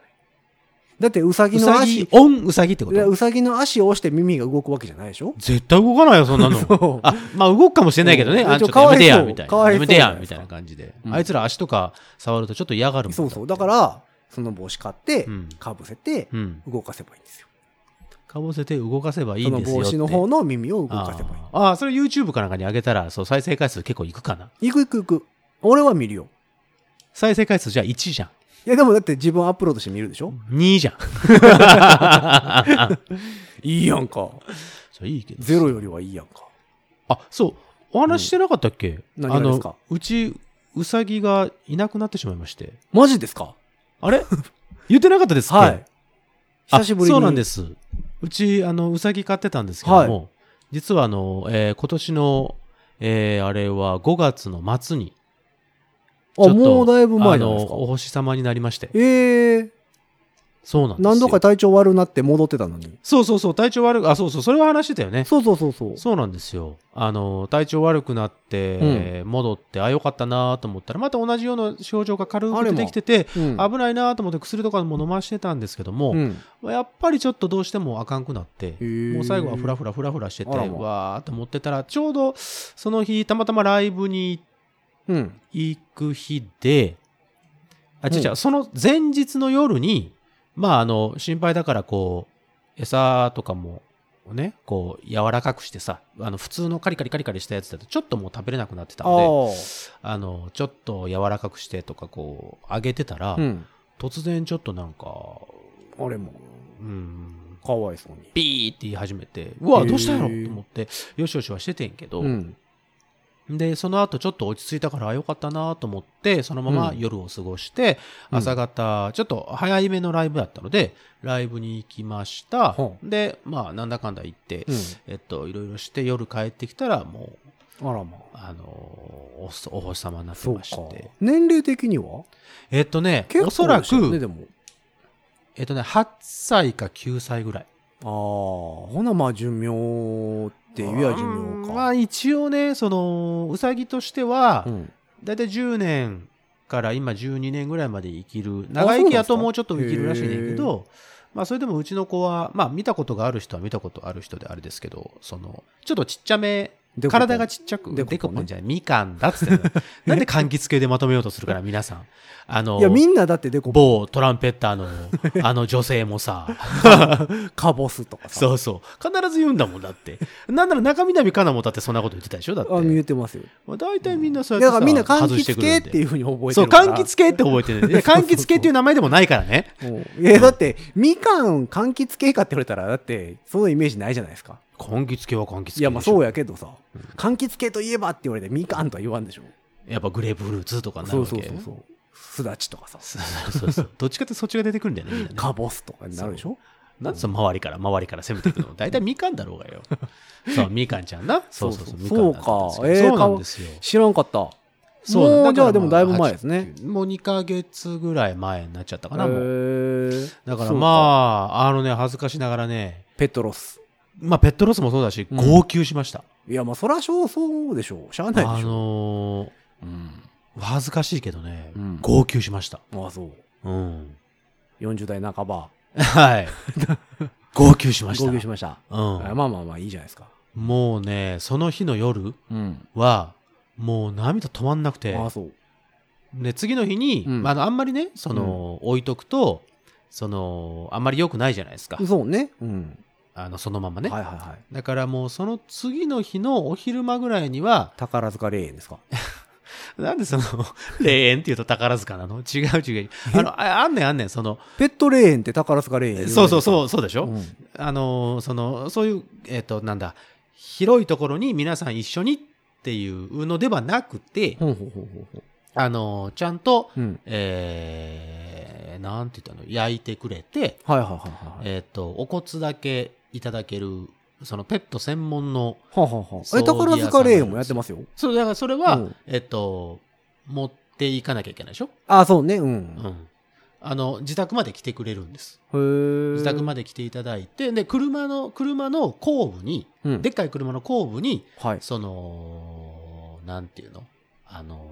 Speaker 4: だってウサギ
Speaker 3: う
Speaker 4: の
Speaker 3: さ
Speaker 4: 足、
Speaker 3: ぎ
Speaker 4: い、
Speaker 3: オンうさぎってこ
Speaker 4: や
Speaker 3: と
Speaker 4: ウサギの足を押して耳が動くわけじゃないで
Speaker 3: [LAUGHS]
Speaker 4: しょ
Speaker 3: 絶対動かないよ、そんなの
Speaker 4: う。
Speaker 3: あ、まあ動くかもしれないけどね。
Speaker 4: うん
Speaker 3: あ、
Speaker 4: ち
Speaker 3: ちょ
Speaker 4: ょ
Speaker 3: っとやめてや、
Speaker 4: かわいそう
Speaker 3: みたい
Speaker 4: かわ
Speaker 3: な。
Speaker 4: い
Speaker 3: や
Speaker 4: そ
Speaker 3: め
Speaker 4: うじ
Speaker 3: てや、
Speaker 4: ゃないで
Speaker 3: み
Speaker 4: すか
Speaker 3: たいな感じで。
Speaker 4: うん
Speaker 3: あいつら足とか触るとちょっと嫌がるもん
Speaker 4: そうそう。だか
Speaker 3: って
Speaker 4: ら、その帽子買って
Speaker 3: うん、
Speaker 4: かぶせて、
Speaker 3: うん。
Speaker 4: 動かせばいいんですよ。
Speaker 3: かぶせて動かせばいい
Speaker 4: そ
Speaker 3: ん
Speaker 4: の
Speaker 3: ですよ
Speaker 4: 帽
Speaker 3: って。
Speaker 4: 子の方の耳を動かせばいい。
Speaker 3: あーあー、それ YouTube かなんかに上げたら、そう、再生回数結構いくかな。
Speaker 4: 行く行く行く。俺は見るよ。
Speaker 3: 再生回数じゃあ1じゃん。
Speaker 4: いやでもだって自分アップロードして見るでしょ、
Speaker 3: 2じゃん。
Speaker 4: いいやんか。
Speaker 3: [LAUGHS] そういいけど。
Speaker 4: ゼロよりはいいやんか。
Speaker 3: あ、そう。お話ししてなかったっけ、
Speaker 4: うん
Speaker 3: あ
Speaker 4: 何がです
Speaker 3: の
Speaker 4: か、
Speaker 3: うち、うさぎがいなくなってしまいまして。
Speaker 4: マジですか
Speaker 3: あれ [LAUGHS] 言ってなかったですっけ
Speaker 4: はい。
Speaker 3: あ
Speaker 4: 久しぶりに。。
Speaker 3: そうなんですす。うち、あの、うさぎ飼ってたんですけども、実はあの、えー今年の、えーあれは5月の末に、ちょ
Speaker 4: あ、
Speaker 3: っと
Speaker 4: もうだいぶ前じゃないです
Speaker 3: あ
Speaker 4: か
Speaker 3: の、お。星様になりまして。
Speaker 4: ええ
Speaker 3: そうなんですよ。
Speaker 4: 何度か体調悪なって戻ってたのに。
Speaker 3: そうそうそう、体調悪く、あ、そうそう、それは話してたよね。
Speaker 4: そうそうそうそう。
Speaker 3: そうなんですよ。あの、体調悪くなって、
Speaker 4: うん
Speaker 3: えー戻って、あ、よかったなと思ったら、また同じような症状が軽
Speaker 4: あ
Speaker 3: く
Speaker 4: れ
Speaker 3: 出
Speaker 4: も
Speaker 3: てきてて、
Speaker 4: うん
Speaker 3: 危ないなと思って薬とかも飲ましてたんですけども、
Speaker 4: うん。
Speaker 3: やっぱりちょっとどうしてもあかんくなって、
Speaker 4: ー
Speaker 3: もう最後はフラフラフラフラしてて、
Speaker 4: あらま
Speaker 3: わーっと持ってたら、ちょうどその日、たまたまライブに
Speaker 4: うん。
Speaker 3: 行く日で、あ、
Speaker 4: うん
Speaker 3: 違う違う、その前日の夜に、まあ、あの、心配だから、こう、餌とかも、ね、こう、柔らかくしてさ、あの、普通のカリカリカリカリしたやつだと、ちょっともう食べれなくなってた
Speaker 4: ああ
Speaker 3: んで、
Speaker 4: ー。
Speaker 3: あの、ちょっと柔らかくしてとか、こう、揚げてたら、
Speaker 4: うん。
Speaker 3: 突然ちょっとなんか、
Speaker 4: あれも、
Speaker 3: うん、
Speaker 4: かわいそうに。
Speaker 3: ピーって言い始めて、うわ、
Speaker 4: へー
Speaker 3: どうしたんやろと思って、よしよしはしててんけど、
Speaker 4: うん。
Speaker 3: で、その後ちょっと落ち着いたから、あよかったなと思って、そのまま
Speaker 4: うん
Speaker 3: 夜を過ごして、
Speaker 4: うん
Speaker 3: 朝方、ちょっと早いめのライブだったので、ライブに行きました
Speaker 4: ほ。
Speaker 3: で、まあ、なんだかんだ行って、えっと、いろいろして夜帰ってきたら、もう、
Speaker 4: あらまあ
Speaker 3: あのーおそお星様になって
Speaker 4: そう
Speaker 3: ま
Speaker 4: か
Speaker 3: して。
Speaker 4: 年齢的には
Speaker 3: えっとね、おそら
Speaker 4: でしょうね
Speaker 3: く、
Speaker 4: でも
Speaker 3: えっとね、8歳か9歳ぐらい。
Speaker 4: ああほなまあ寿命って言えば寿命
Speaker 3: ま
Speaker 4: か
Speaker 3: あ一応ね、その、うさぎとしては
Speaker 4: う、ん
Speaker 3: だいたい10年から今12年ぐらいまで生きる。長生きやともうちょっと生きるらしいねんけ
Speaker 4: そう
Speaker 3: ど、まあそれでもうちの子は、まあ見たことがある人は見たことある人であれですけど、その、ちょっとちっちゃめ、
Speaker 4: でこぼこ
Speaker 3: 体がちっちゃく、
Speaker 4: でこぼこね
Speaker 3: でこぽんじゃない、みかんだっつ
Speaker 4: [LAUGHS]
Speaker 3: ってんのなんで柑橘系でまとめようとするから、皆さん。あの、
Speaker 4: いやみんなだってでこぼこ
Speaker 3: 某トランペッターのあの女性も
Speaker 4: [LAUGHS]
Speaker 3: さ、
Speaker 4: カボス [LAUGHS] とかさ
Speaker 3: そうそう、必ず言うんだもんだって。なんなら中南かなもだってそんなこと言ってたでしょだって。
Speaker 4: あ言ってますよ
Speaker 3: まあ、大体みんなそうや
Speaker 4: だ
Speaker 3: ってさ、
Speaker 4: からみんな柑
Speaker 3: 外して
Speaker 4: 橘
Speaker 3: くる
Speaker 4: 系
Speaker 3: ん
Speaker 4: っ
Speaker 3: で
Speaker 4: ていうふうに覚えて
Speaker 3: そう、
Speaker 4: るから
Speaker 3: 柑橘系って覚えて [LAUGHS] る。いや柑橘系っていう名前でもないからね。
Speaker 4: うんいやだってみかん柑橘系かって言われたらだってそのイメージないじゃないですか
Speaker 3: [LAUGHS] 柑橘系は柑橘系。
Speaker 4: いやまあそう
Speaker 3: や。
Speaker 4: やけどさ、柑橘系といえばって言われてみかんとは言わんでしょ
Speaker 3: やっぱグレープフルーツとかにな
Speaker 4: そ
Speaker 3: る
Speaker 4: う
Speaker 3: わけ。
Speaker 4: そうそうそうすだちとかさ
Speaker 3: そうそうそうどっちかってそっちが出てくるんだよね、みんなね
Speaker 4: かぼすとかになるでしょ
Speaker 3: [LAUGHS] なんでその周りから、周りから攻めてくるの大体みかんだろうがよ。 [LAUGHS] そう、みかんちゃんな。そうそうそう、みかんだったんですよ
Speaker 4: そうかえー
Speaker 3: そうなんですよ。
Speaker 4: 知らんかった
Speaker 3: そうだ
Speaker 4: もう
Speaker 3: から
Speaker 4: じゃあでもだいぶ前ですね
Speaker 3: 8もう2ヶ月ぐらい前になっちゃったかな、もう。だから
Speaker 4: あ
Speaker 3: まあ、あのね、恥ずかしながらね、
Speaker 4: ペットロス
Speaker 3: まあ、ペットロスもそうだし、
Speaker 4: うん
Speaker 3: 号泣しました。
Speaker 4: いやまあそらそうそうでしょうしゃあない
Speaker 3: あ
Speaker 4: でしょ
Speaker 3: の
Speaker 4: うん
Speaker 3: ー恥ずかしいけどね、
Speaker 4: うん
Speaker 3: 号泣しました。
Speaker 4: まあそう
Speaker 3: うん。
Speaker 4: 40代半ば
Speaker 3: はい。号泣し
Speaker 4: 合
Speaker 3: ました。
Speaker 4: 流しました
Speaker 3: うん
Speaker 4: あまあまあまあいいじゃないですか
Speaker 3: もうね、その日の夜
Speaker 4: うん
Speaker 3: は、もう涙止まんなくて、
Speaker 4: あそう
Speaker 3: で次の日に、
Speaker 4: うん
Speaker 3: まああの、あんまりね、その、置いとくと、その、あんまり良くないじゃないですか。
Speaker 4: そうねうん
Speaker 3: あの、そのままね。
Speaker 4: はいはいはい
Speaker 3: だからもうその次の日のお昼間ぐらいには、
Speaker 4: 宝塚霊園ですか
Speaker 3: なんでその、霊園って言うと宝塚なの違う
Speaker 4: [LAUGHS]
Speaker 3: 違う。あの、ああんねんあんねん、その、
Speaker 4: ペット霊園って宝塚霊園
Speaker 3: そうそうそうう、そうでしょ、
Speaker 4: ん
Speaker 3: あの、その、そういう、えっ、と、なんだ、広いところに皆さん一緒にっていうのではなくて、
Speaker 4: ほうほうほうほうほ
Speaker 3: あの、ちゃんと、
Speaker 4: ううん
Speaker 3: えー、なんて言ったの、焼いてくれて、
Speaker 4: はいはいはいはいはい
Speaker 3: えっ、と、お骨だけいただける、そのペット専門の、
Speaker 4: はあはあはあ
Speaker 3: 葬
Speaker 4: え
Speaker 3: 儀屋さんなん
Speaker 4: 宝
Speaker 3: です
Speaker 4: 塚霊園もやってますよ
Speaker 3: そう、だからそれは、
Speaker 4: うん
Speaker 3: えっ、と、持っていかなきゃいけないでしょ
Speaker 4: あそうねう
Speaker 3: うんん。あの、自宅まで来てくれるんです。
Speaker 4: へえ
Speaker 3: 自宅まで来ていただいて、で、車の、車の後部に、
Speaker 4: うん
Speaker 3: でっかい車の後部に、
Speaker 4: はい
Speaker 3: その、なんていうのあの、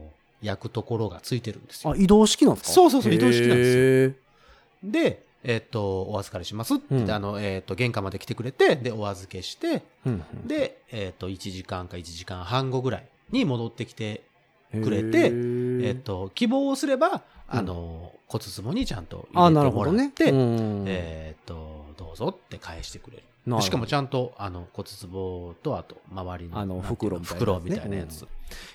Speaker 3: 焼くところがついてるんです
Speaker 4: あ
Speaker 3: よ。
Speaker 4: 移動式なんですか
Speaker 3: そうそうそう移動式なんですよ
Speaker 4: へー
Speaker 3: で、えっ、と、お預かりしますって言って、
Speaker 4: うん
Speaker 3: あの、えっ、と、玄関まで来てくれて、で、お預けして、
Speaker 4: うん
Speaker 3: で、えっ、と、1時間か1時間半後ぐらいに戻ってきて、
Speaker 4: うん
Speaker 3: くれて
Speaker 4: へー
Speaker 3: えっ、と、希望をすれば、あの、骨壺にちゃんと
Speaker 4: あ
Speaker 3: 入
Speaker 4: な
Speaker 3: れ
Speaker 4: る
Speaker 3: ても
Speaker 4: ほ
Speaker 3: ら
Speaker 4: ど
Speaker 3: っ
Speaker 4: ね
Speaker 3: て、
Speaker 4: うん
Speaker 3: えっ、と、どうぞって返してくれる。
Speaker 4: なるほど
Speaker 3: しかもちゃんとあの骨壺とあと周りの
Speaker 4: あの
Speaker 3: なんていう
Speaker 4: 袋
Speaker 3: の
Speaker 4: みたいなや
Speaker 3: 袋
Speaker 4: つね
Speaker 3: みたいなやつ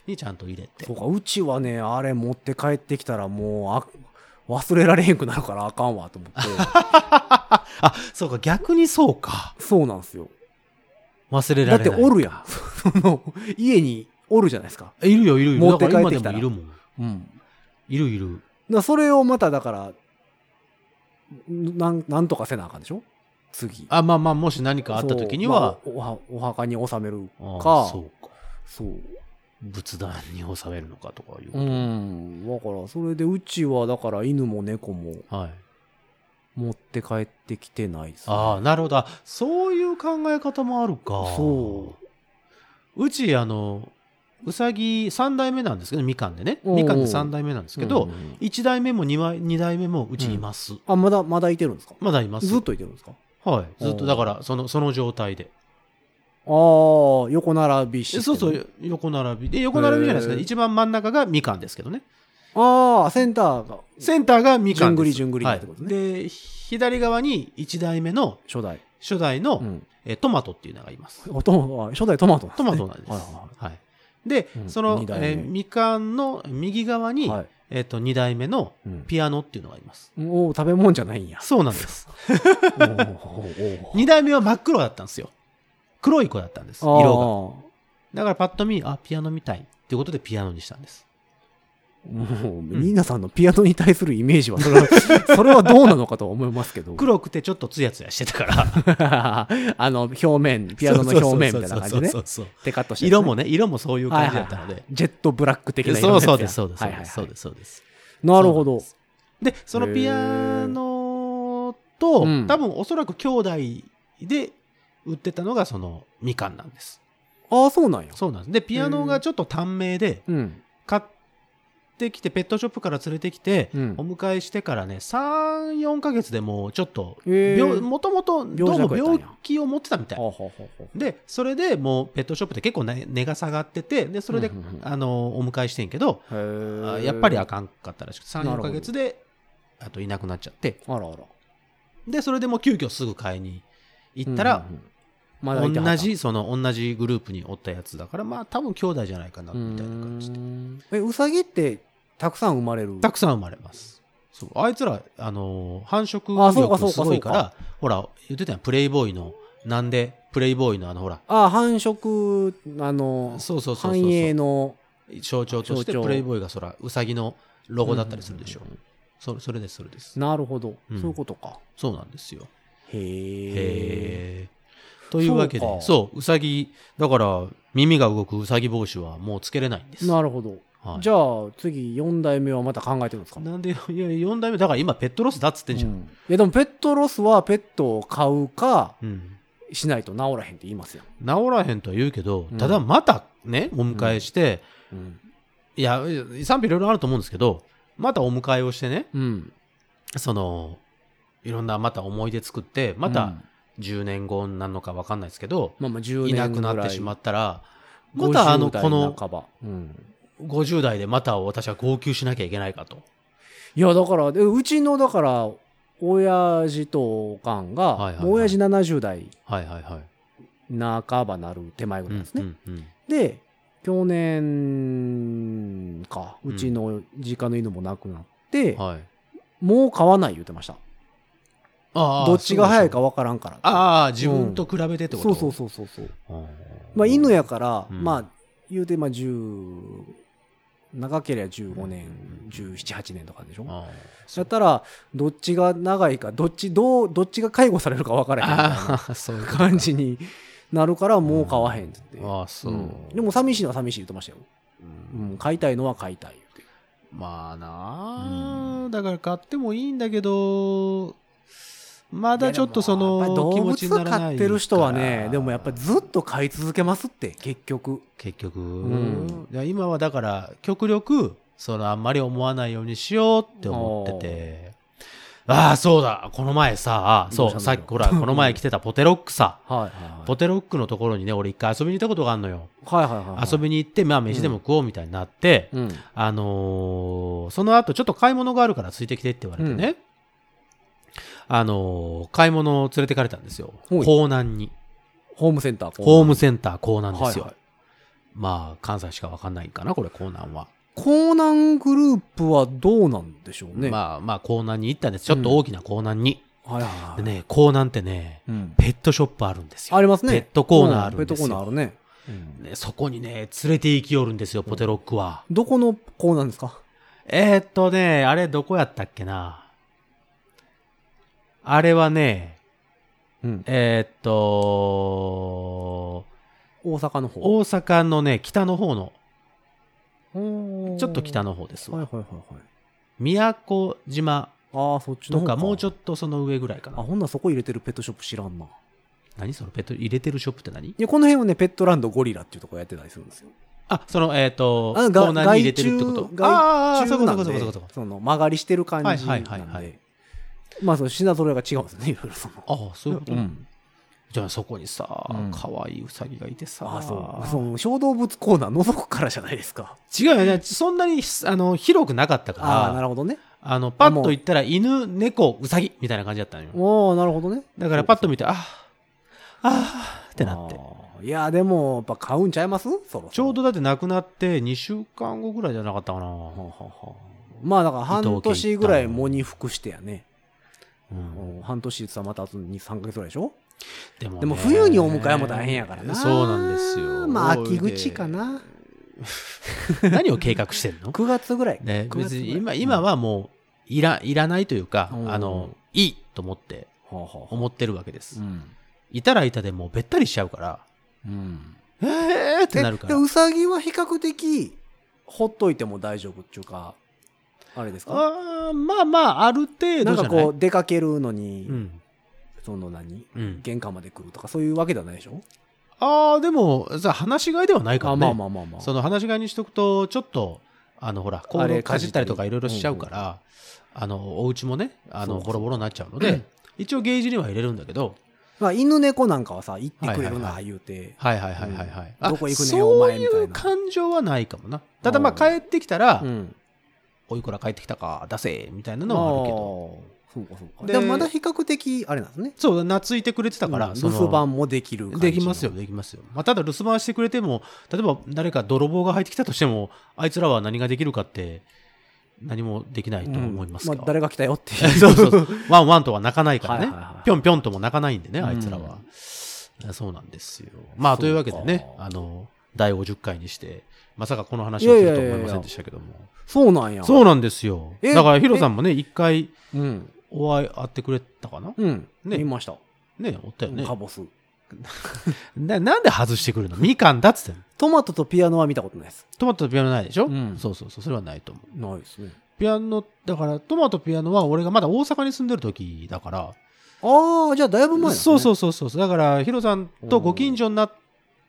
Speaker 3: にちゃんと入れて、
Speaker 4: そうかうちはねあれ持って帰ってきたらもうあ忘れられへんくなるからあかんわと思っ
Speaker 3: [LAUGHS]
Speaker 4: て [LAUGHS]
Speaker 3: あそうか逆にそうか
Speaker 4: そうなんですよ
Speaker 3: 忘れ
Speaker 4: だ
Speaker 3: ら
Speaker 4: っ
Speaker 3: れ
Speaker 4: て
Speaker 3: ない
Speaker 4: おるやんその家におるじゃないですか
Speaker 3: いるよいるよ
Speaker 4: 持って帰って
Speaker 3: だ
Speaker 4: きた
Speaker 3: からら今でもいるもん
Speaker 4: うん
Speaker 3: いるいる
Speaker 4: だそれをまただからなんなんとかせなあかんでしょ次
Speaker 3: あまあまあもし何かあった時には、
Speaker 4: そうまあおおはお墓に納める
Speaker 3: あ
Speaker 4: か
Speaker 3: そうか
Speaker 4: そう
Speaker 3: 仏壇に納めるのかとかいう
Speaker 4: う
Speaker 3: こと、
Speaker 4: んだからそれでうちはだから犬も猫も
Speaker 3: はい
Speaker 4: 持って帰ってきてないですね
Speaker 3: ああなるほどあそういう考え方もあるか
Speaker 4: そう
Speaker 3: うちあのうさぎ3代目なんですけどみかんでね
Speaker 4: おうおう
Speaker 3: みかんで3代目なんですけど、
Speaker 4: うんうんうん
Speaker 3: 1代目も 2, 代二代目もうちにいます、
Speaker 4: あまだまだいてるんですか
Speaker 3: まだいます
Speaker 4: ずっといてるんですか
Speaker 3: はいずっ
Speaker 4: お
Speaker 3: と
Speaker 4: う
Speaker 3: だからそのその状態で
Speaker 4: ああ横並びして
Speaker 3: えそうそう横並びで横並びじゃないです
Speaker 4: へ
Speaker 3: か
Speaker 4: え
Speaker 3: 一番真ん中がみかんですけどね
Speaker 4: ああセンターが
Speaker 3: センターがみかんです
Speaker 4: 順繰り順繰り
Speaker 3: は
Speaker 4: ってこと
Speaker 3: い、
Speaker 4: ね
Speaker 3: で左側に1代目の
Speaker 4: 初代、
Speaker 3: 初代の、
Speaker 4: うん、
Speaker 3: えトマトっていうのがいます
Speaker 4: おとあ初代トマトなんです
Speaker 3: ト
Speaker 4: ね
Speaker 3: マトなんです。
Speaker 4: はい
Speaker 3: はいで、
Speaker 4: うん
Speaker 3: その、
Speaker 4: 二
Speaker 3: え
Speaker 4: 代目
Speaker 3: ーみかんの右側に、
Speaker 4: はいはいはい
Speaker 3: えっ、と、二代目の
Speaker 4: うん
Speaker 3: ピアノっていうのがいます。
Speaker 4: おー食べ物じゃないん
Speaker 3: [LAUGHS]
Speaker 4: や
Speaker 3: そうなんです。
Speaker 4: おーおーおー
Speaker 3: 二代目は真っ黒だったんですよ。黒い子だったんです、色が。
Speaker 4: あ
Speaker 3: だからパッと見、あ、ピアノみたいっていうことでピアノにしたんです。
Speaker 4: もう、
Speaker 3: ん
Speaker 4: ニーナさんのピアノに対するイメージは、それ [LAUGHS] は、それはどうなのかとは思いますけど。
Speaker 3: 黒くてちょっとツヤツヤしてたから。
Speaker 4: [LAUGHS] あの、表
Speaker 3: [LAUGHS]
Speaker 4: 面、ピアノの表面みたいな感じでね
Speaker 3: そう。そうそうそう
Speaker 4: テカッとして、
Speaker 3: 色もね、色もそういう
Speaker 4: はい
Speaker 3: 感
Speaker 4: は
Speaker 3: じだ
Speaker 4: いはい、
Speaker 3: ったので。
Speaker 4: ジェットブラック的な色の
Speaker 3: そう
Speaker 4: やつや
Speaker 3: そうです、そうです、そう
Speaker 4: はい
Speaker 3: で
Speaker 4: はいはい
Speaker 3: す、そうです、そうです。
Speaker 4: なるほど。
Speaker 3: で、そのピアノと、
Speaker 4: うん
Speaker 3: 多分おそらく兄弟で売ってたのがそのみかんなんです。
Speaker 4: ああ、そうなんや。
Speaker 3: そうなんです。で、ピアノがちょっと短命で、
Speaker 4: うん。
Speaker 3: 買ってきて、ペットショップから連れてきて、
Speaker 4: うん
Speaker 3: お迎えしてからね、3、4ヶ月でもうちょっと、
Speaker 4: へー
Speaker 3: 病もともとどうも
Speaker 4: 病弱やったんや
Speaker 3: 病気を持ってたみたい。
Speaker 4: ほうほうほうほう
Speaker 3: で、それでもうペットショップで結構ね値が下がってて、で、それで、
Speaker 4: うんうんうん
Speaker 3: あの、お迎えしてんけど、
Speaker 4: へー
Speaker 3: あやっぱりあかんかったらしくて、3、
Speaker 4: なる
Speaker 3: 4
Speaker 4: ほど
Speaker 3: ヶ月で、あといなくなっちゃって、
Speaker 4: あらあら。
Speaker 3: で、それでもう急遽すぐ買いに行ったら
Speaker 4: うん、うんうん、まだいてはった
Speaker 3: 同じ、その同じグループにおったやつだから、まあ多分兄弟じゃないかな、みたいな感じで
Speaker 4: う。んえ、ウサギってたくさん生まれる
Speaker 3: たくさん生まれます。そうあいつら、あのー繁殖
Speaker 4: あそうかそ
Speaker 3: 力
Speaker 4: うか
Speaker 3: すごいか
Speaker 4: そう
Speaker 3: ら、ほら、言ってたやんプレイボーイの、なんで、プレイボーイのあの、ほら、
Speaker 4: ああ、繁殖、あの、
Speaker 3: そうそうそうそう
Speaker 4: 繁栄の
Speaker 3: 象徴として
Speaker 4: 象徴
Speaker 3: プレイボーイがそら、ウサギのロゴだったりするでしょ。そそれです、それです。
Speaker 4: なるほど、
Speaker 3: うん
Speaker 4: そういうことか。
Speaker 3: そうなんですよ。
Speaker 4: へえ。
Speaker 3: へーというわけで、
Speaker 4: そう
Speaker 3: そう
Speaker 4: か
Speaker 3: う、ウサギ、だから、耳が動くウサギ帽子はもうつけれないんです。
Speaker 4: なるほど。
Speaker 3: はい
Speaker 4: じゃあ次4代目はまた考えてるんですか
Speaker 3: なんで、いや、4代目、だから今、ペットロスだっつってんじゃ。
Speaker 4: うんんいやでもペットロスはペットを飼うか
Speaker 3: うん
Speaker 4: しないと治らへんって言いますよ、
Speaker 3: 治らへんとは言うけど、
Speaker 4: うん
Speaker 3: ただまたね、お迎えして、
Speaker 4: うん
Speaker 3: いや、賛否いろいろあると思うんですけど、またお迎えをしてね、
Speaker 4: うん、
Speaker 3: その、いろんなまた思い出作って、ま
Speaker 4: うん
Speaker 3: た10年後なのか分かんないですけど、
Speaker 4: まあまあ10年
Speaker 3: い
Speaker 4: ぐら
Speaker 3: ないくなってしまったら、ま
Speaker 4: 50
Speaker 3: たあの、こ
Speaker 4: 代
Speaker 3: の
Speaker 4: 半ばうん
Speaker 3: 50代でまた私は号泣しなきゃいけないかと。
Speaker 4: いやだからでうちのだから親父とおかん
Speaker 3: はい
Speaker 4: が、
Speaker 3: はいはい
Speaker 4: もう親父70代
Speaker 3: はいはいはい。
Speaker 4: 半ばなる手前ぐらいですね、
Speaker 3: うんうんうん
Speaker 4: で去年かうちの実家の犬も亡くなって、
Speaker 3: はい。
Speaker 4: もう飼わない言ってました
Speaker 3: ああ
Speaker 4: どっちが早いか。分からんからって
Speaker 3: ああ、自分と比べてってこと、
Speaker 4: そうそう
Speaker 3: う
Speaker 4: そうそうそう
Speaker 3: そう。
Speaker 4: まあ犬やから、
Speaker 3: うん
Speaker 4: まあ言うてまあ10長ければ15年
Speaker 3: うん
Speaker 4: 1718年とかでしょ
Speaker 3: あ
Speaker 4: だったらどっちが長いかどっちどうどっちが介護されるか分からへんみたいな
Speaker 3: ああ、そういうことか
Speaker 4: 感じになるからもう買わへんって言って、
Speaker 3: ああ、そう。
Speaker 4: うんでも寂しいのは寂しい言ってましたよ、うん、買いたいのは買いたい言って
Speaker 3: まあなあ、だから買ってもいいんだけど、まだちょっとそ
Speaker 4: いやで
Speaker 3: の
Speaker 4: も
Speaker 3: 気
Speaker 4: やっぱ
Speaker 3: 持
Speaker 4: り
Speaker 3: ちにならない
Speaker 4: 動物飼ってる人はねでもやっぱ
Speaker 3: り
Speaker 4: ずっと飼い続けますって結局
Speaker 3: 結局、
Speaker 4: ん
Speaker 3: いや今はだから極力そのあんまり思わないようにしようって思っててああそうだこの前さ
Speaker 4: ど
Speaker 3: そ
Speaker 4: うした
Speaker 3: う
Speaker 4: の
Speaker 3: さっきほらこの前来て
Speaker 4: [LAUGHS]
Speaker 3: たポテロックさ
Speaker 4: はいはい
Speaker 3: ポテロックのところにね俺一回遊びに行ったことがあるのよ、
Speaker 4: はいはいはいはい
Speaker 3: 遊びに行ってまあ飯でも食おうみたいになって、
Speaker 4: うん
Speaker 3: あのーその後ちょっと買い物があるからついてきてって言われてね、あのー買い物を連れてかれたんですよ。
Speaker 4: ほい
Speaker 3: 港南に。
Speaker 4: ホームセンター
Speaker 3: ホームセンター港南ですよ。
Speaker 4: はいはい
Speaker 3: まあ、関西しかわかんないかな、これ、港南は。
Speaker 4: 江南グループはどうなんでしょうね。
Speaker 3: まあ、まあ、港南に行ったんです。ちょっと大きな港南に。
Speaker 4: はいはいはい。
Speaker 3: でね、港南ってね、
Speaker 4: うん
Speaker 3: ペットショップあるんですよ。
Speaker 4: ありますね。
Speaker 3: ペットコーナーあるん
Speaker 4: うペ
Speaker 3: で
Speaker 4: ッ
Speaker 3: す
Speaker 4: トコ
Speaker 3: よ
Speaker 4: ーナーあるね。
Speaker 3: ね、そこにね、連れて行きよるんですよ、ポテロックは。
Speaker 4: どこのコーナーですか
Speaker 3: えー、っとね、あれどこやったっけな。あれはね、
Speaker 4: うん。
Speaker 3: えーっと、
Speaker 4: 大阪の方。
Speaker 3: 大阪のね、北の方の、
Speaker 4: ち
Speaker 3: ちょっと北。の方です
Speaker 4: はい
Speaker 3: わ。
Speaker 4: はいはいはい。
Speaker 3: 宮古島
Speaker 4: ああ、そっちの
Speaker 3: と
Speaker 4: 方
Speaker 3: か、もうちょ
Speaker 4: っ
Speaker 3: っとその上ぐらいか
Speaker 4: あ、
Speaker 3: な。
Speaker 4: ほんならそこ入れてるペットショップ知らんな。い
Speaker 3: 何そのペット、入れてるショップって何
Speaker 4: や、この辺はね、ペットランドゴリラっていうとこやってたりするんですよ。
Speaker 3: あ、その、えーっと、コ
Speaker 4: あ
Speaker 3: ーナーに入れてるってこと
Speaker 4: 外中
Speaker 3: ああ、そ
Speaker 4: 外
Speaker 3: うい
Speaker 4: 中
Speaker 3: う
Speaker 4: な
Speaker 3: こ
Speaker 4: ん
Speaker 3: と、
Speaker 4: で
Speaker 3: そういうこと、そういうこと。
Speaker 4: その曲がりしてる感じな
Speaker 3: は
Speaker 4: ん
Speaker 3: い
Speaker 4: で。
Speaker 3: はいはいはい
Speaker 4: まあ、その品揃えが違うんですね、いろいろその。
Speaker 3: ああ、そういうこと。
Speaker 4: ん。
Speaker 3: じゃあそこにさ
Speaker 4: うん、
Speaker 3: 可愛いウサギがいてさ。
Speaker 4: ああ、そう。その小動物コーナー覗くからじゃないですか。
Speaker 3: 違うよね。そんなに、あの、広くなかったか
Speaker 4: ああ、な
Speaker 3: ら、
Speaker 4: るほどね。
Speaker 3: あの、パッと行ったら犬、猫、ウサギみたいな感じだったのよ。
Speaker 4: おおなるほどね。
Speaker 3: だからパッと見て、ああーってなって。
Speaker 4: あー。いや、でも、やっぱ買うんちゃいますそろそろ
Speaker 3: ちょうどだって亡くなって2週間後ぐらいじゃなかったかな。
Speaker 4: はあはあはあまあ、だから半年ぐらい喪に服してやね。
Speaker 3: うん
Speaker 4: うん半年って言ったらまたあと2、3ヶ月ぐらいでしょ
Speaker 3: でもね
Speaker 4: でも冬にお迎えも大変やからな。
Speaker 3: そうなんですよ
Speaker 4: まあ秋口かな。
Speaker 3: [LAUGHS] 何を計画して
Speaker 4: [LAUGHS]
Speaker 3: んの
Speaker 4: 9月ぐらい。
Speaker 3: ね、
Speaker 4: 9月ぐらい
Speaker 3: 別に今、今はもう、いら、いらないというか、
Speaker 4: うん
Speaker 3: あの、いいと思って、
Speaker 4: ほうほうほう
Speaker 3: 思ってるわけです。
Speaker 4: うん
Speaker 3: いたらいたでもうべったりしちゃうから、
Speaker 4: うん。
Speaker 3: えーって
Speaker 4: え
Speaker 3: なるか
Speaker 4: で
Speaker 3: ら。
Speaker 4: うさぎは比較的、ほっといても大丈夫っていうか、あれですか
Speaker 3: あーまあまあ、ある程度じゃな
Speaker 4: ないんかこう、出かけるのに、
Speaker 3: うん。
Speaker 4: その何
Speaker 3: うん。
Speaker 4: 玄関まで来るとか、そういうわけではないでしょ
Speaker 3: ああ、でも、さ、話し飼いではないから
Speaker 4: あ
Speaker 3: ね。
Speaker 4: まあまあまあまあ。
Speaker 3: その話し飼いにしとくと、ちょっと、あの、ほら、こ
Speaker 4: あれ
Speaker 3: う、かじったりとか
Speaker 4: かじったり
Speaker 3: いろいろしちゃうから、あの、お家もね、あ
Speaker 4: そう
Speaker 3: の、
Speaker 4: そう
Speaker 3: ボロボロになっちゃうので、一応ゲージには入れるんだけど、
Speaker 4: まあ、犬猫なんかはさ、行ってくれ
Speaker 3: はいは
Speaker 4: る
Speaker 3: い
Speaker 4: な、
Speaker 3: はい
Speaker 4: 言うて。
Speaker 3: はいはいはいはいはい。
Speaker 4: うん
Speaker 3: あ
Speaker 4: どこ行くねん
Speaker 3: そう
Speaker 4: お前みたいな
Speaker 3: いう感情はないかもな。ただまあ
Speaker 4: う
Speaker 3: 帰ってきたら、
Speaker 4: うん。
Speaker 3: おいくら帰ってきたか出せ、みたいな
Speaker 4: あ
Speaker 3: のはあるけど。
Speaker 4: ーそうかそうか。
Speaker 3: で
Speaker 4: でもまだ比較的、あれなんですね。
Speaker 3: そう、懐いてくれてたから、
Speaker 4: うん
Speaker 3: そ
Speaker 4: 留
Speaker 3: の
Speaker 4: 守番もできる感じ
Speaker 3: できますよ、。できますよ。まあ、ただ留守番してくれても、例えば誰か泥棒が入ってきたとしても、あいつらは何ができるかって、何もできないと思います
Speaker 4: う
Speaker 3: が。
Speaker 4: んまあ、誰が来たよっていう。
Speaker 3: [LAUGHS] そうそうそう。ワンワンとは泣かないから
Speaker 4: はいはいは
Speaker 3: ね
Speaker 4: い。
Speaker 3: ぴょんぴょんとも泣かないんでね、あいつら
Speaker 4: うん
Speaker 3: は。そうなんですよ。まあ、というわけでね
Speaker 4: そ、うか
Speaker 3: あの、第50回にして、まさかこの話をすると
Speaker 4: いやいや
Speaker 3: はい
Speaker 4: や
Speaker 3: 思
Speaker 4: い
Speaker 3: い
Speaker 4: や
Speaker 3: ませんでしたけども。
Speaker 4: そうなんや。
Speaker 3: そうなんですよ。
Speaker 4: え
Speaker 3: だから、ヒロさんもね、一回
Speaker 4: うん。
Speaker 3: お会い、会ってくれたかな
Speaker 4: うん。
Speaker 3: ね
Speaker 4: 見ました。
Speaker 3: ね、おったよね
Speaker 4: カ。ボス。
Speaker 3: ななんで外してくるのみかんだっつってんの
Speaker 4: トマトとピアノは見たことないです。
Speaker 3: トマトとピアノないでしょ
Speaker 4: うん
Speaker 3: そうそうそう、それはないと思う。
Speaker 4: ないですね。
Speaker 3: ピアノ、だから、トマトピアノは俺がまだ大阪に住んでる時だから、
Speaker 4: ああ、じゃあだいぶ前なんですね
Speaker 3: そうそうそうそう。だから、ヒロさんとご近所になっ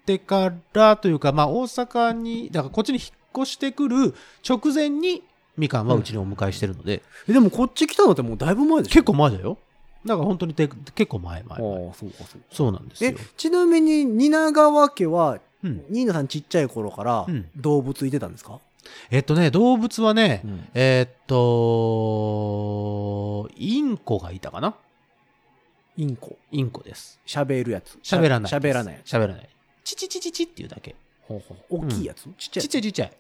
Speaker 3: てからというか、まあ、大阪に、だからこっちに引っ越してくる直前に、みかんはうちにお迎えしてるので、
Speaker 4: えでもこっち来たのってもうだいぶ前でしょ
Speaker 3: 結構前だよ。だから本当にて結構前前前。
Speaker 4: ああ、そうかそうか。
Speaker 3: そうなんです
Speaker 4: え
Speaker 3: よ。、
Speaker 4: ちなみに、蜷川家は、
Speaker 3: うん、
Speaker 4: ニーナさんちっちゃい頃から
Speaker 3: うん
Speaker 4: 動物いてたんですか、
Speaker 3: えっとね、動物はね、
Speaker 4: うん
Speaker 3: えーっと、インコがいたかな
Speaker 4: インコ。
Speaker 3: インコです。
Speaker 4: 喋るやつ。
Speaker 3: 喋らない。
Speaker 4: 喋らないやつ。
Speaker 3: 喋らない。チチチチチっていうだけ。
Speaker 4: 大きいやつ、ちっちゃい
Speaker 3: ちっちゃ
Speaker 4: やつ
Speaker 3: いちっちゃい。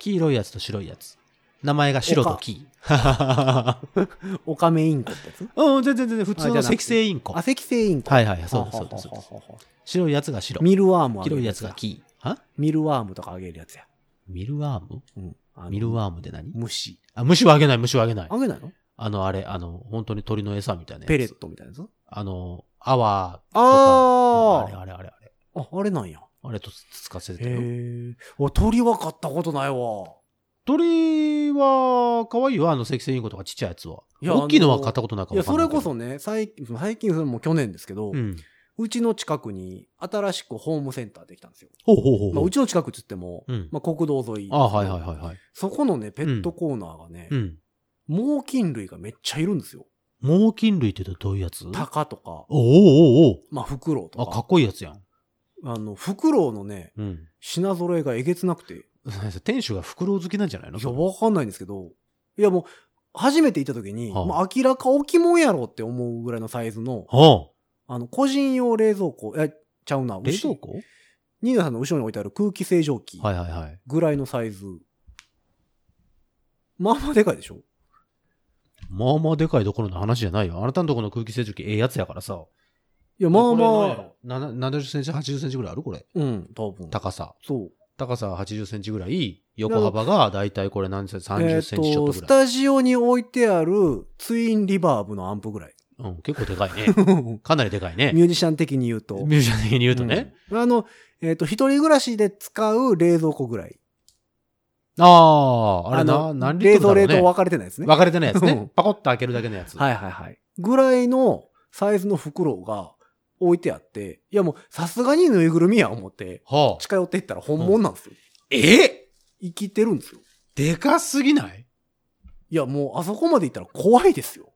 Speaker 3: 黄色いやつと白いやつ。名前が白と黄。 [LAUGHS]
Speaker 4: オカメインコってやつ
Speaker 3: うん、全然全然、普通
Speaker 4: あじゃ
Speaker 3: の赤
Speaker 4: なくて
Speaker 3: 星インコ。
Speaker 4: ア
Speaker 3: は
Speaker 4: セキセイインコ。
Speaker 3: いはい、そうです、そうです。そうです
Speaker 4: はははは
Speaker 3: 白いやつが白。
Speaker 4: ミルワームあげ
Speaker 3: 黄
Speaker 4: る
Speaker 3: 色いやつが黄。は
Speaker 4: ミルワームとかあげるやつや。
Speaker 3: ミルワーム
Speaker 4: うん。あの
Speaker 3: ミルワームって何
Speaker 4: 虫。
Speaker 3: あ、虫はあげない、虫はあげない
Speaker 4: あ。げないの
Speaker 3: あの、あれ、あの、本当に鳥の餌みたいなやつ。
Speaker 4: ペレットみたいなやつ
Speaker 3: あの、アワーと
Speaker 4: あ
Speaker 3: か。
Speaker 4: ー
Speaker 3: うんあれあれあれあれ。
Speaker 4: あ、あれなんや。
Speaker 3: あれとつつかせてたよ。
Speaker 4: へえ。お、鳥は買ったことないわ。
Speaker 3: 鳥は、可愛いよ、あの、赤星インコとかちっちゃいやつは。
Speaker 4: いや
Speaker 3: 大きいのは買ったことないか
Speaker 4: い
Speaker 3: も
Speaker 4: や、
Speaker 3: わかん
Speaker 4: そ
Speaker 3: な
Speaker 4: れ
Speaker 3: いけど
Speaker 4: こそね、最近、最近、それも去年ですけど、う
Speaker 3: うん。
Speaker 4: ちの近くに新しくホームセンターできたんですよ。
Speaker 3: ほうほうほう
Speaker 4: ま
Speaker 3: ほ
Speaker 4: あ、
Speaker 3: う
Speaker 4: う。ちの近くっつっても、
Speaker 3: うん。
Speaker 4: まあ、国道沿い。
Speaker 3: あはいはいはいはい。
Speaker 4: そこのね、ペットコーナーがね、
Speaker 3: うん。
Speaker 4: 猛禽類がめっちゃいるんですよ。
Speaker 3: 猛禽類って言うとどういうやつ
Speaker 4: タカとか、
Speaker 3: おおおう
Speaker 4: まあ、フクロウ
Speaker 3: おう
Speaker 4: と
Speaker 3: あ、か
Speaker 4: か。
Speaker 3: っこいいやつやん。
Speaker 4: あの、フクロウのね、
Speaker 3: うん。
Speaker 4: 品揃えがえげつなくて。い
Speaker 3: [LAUGHS] 店主がフクロウ好きなんじゃないの
Speaker 4: や、わかんないんですけど、いやもう、初めて行った時に、
Speaker 3: はあ
Speaker 4: まあ、明らか置物やろって思うぐらいのサイズの、
Speaker 3: は
Speaker 4: あの、個人用冷蔵庫、え、ちゃうな、
Speaker 3: あ、冷蔵
Speaker 4: 後
Speaker 3: 庫
Speaker 4: ニーナさんの後ろに置いてある空気清浄機。
Speaker 3: はいはいはい。
Speaker 4: ぐらいのサイズ。まあまあでかいでしょ
Speaker 3: まあまあでかいどころの話じゃないよ。あなたのとこの空気清浄機ええやつやからさ。
Speaker 4: いや、まあまあ。
Speaker 3: あ。な70センチ、80センチぐらいあるこれ。
Speaker 4: うん、多分。
Speaker 3: 高さ。
Speaker 4: そう。
Speaker 3: 高さ80センチぐらい、横幅がだいたいこれ何センチ ?30 センチちょっと
Speaker 4: ス
Speaker 3: ぐらい。
Speaker 4: タジオに置いてあるツインリバーブのアンプ
Speaker 3: [LAUGHS]
Speaker 4: ぐらい。
Speaker 3: うん、結構でかいね。
Speaker 4: ミ
Speaker 3: かなりでかいね。ミ
Speaker 4: ュージシャン的に言うと。
Speaker 3: ュージシャン的に言うとね。
Speaker 4: うん。あの、えっ、と、一人暮らしで使う冷蔵庫ぐらい。
Speaker 3: ああ、あれ
Speaker 4: の
Speaker 3: な、何リットルだろう
Speaker 4: 冷蔵冷凍
Speaker 3: ね。
Speaker 4: 分かれてないですね。
Speaker 3: 分かれてないやつ
Speaker 4: う
Speaker 3: ね
Speaker 4: ん。
Speaker 3: パコッと開けるだけのやつ。
Speaker 4: はいはいはい。ぐらいのサイズの袋が置いてあって、いやもうさすがにぬいぐるみや思って、
Speaker 3: はあ。
Speaker 4: 近寄っていったら本物なんですよ。
Speaker 3: え
Speaker 4: 生きてるんですよ。
Speaker 3: でかすぎない
Speaker 4: いや、もう、あそこまで行ったら怖いですよ。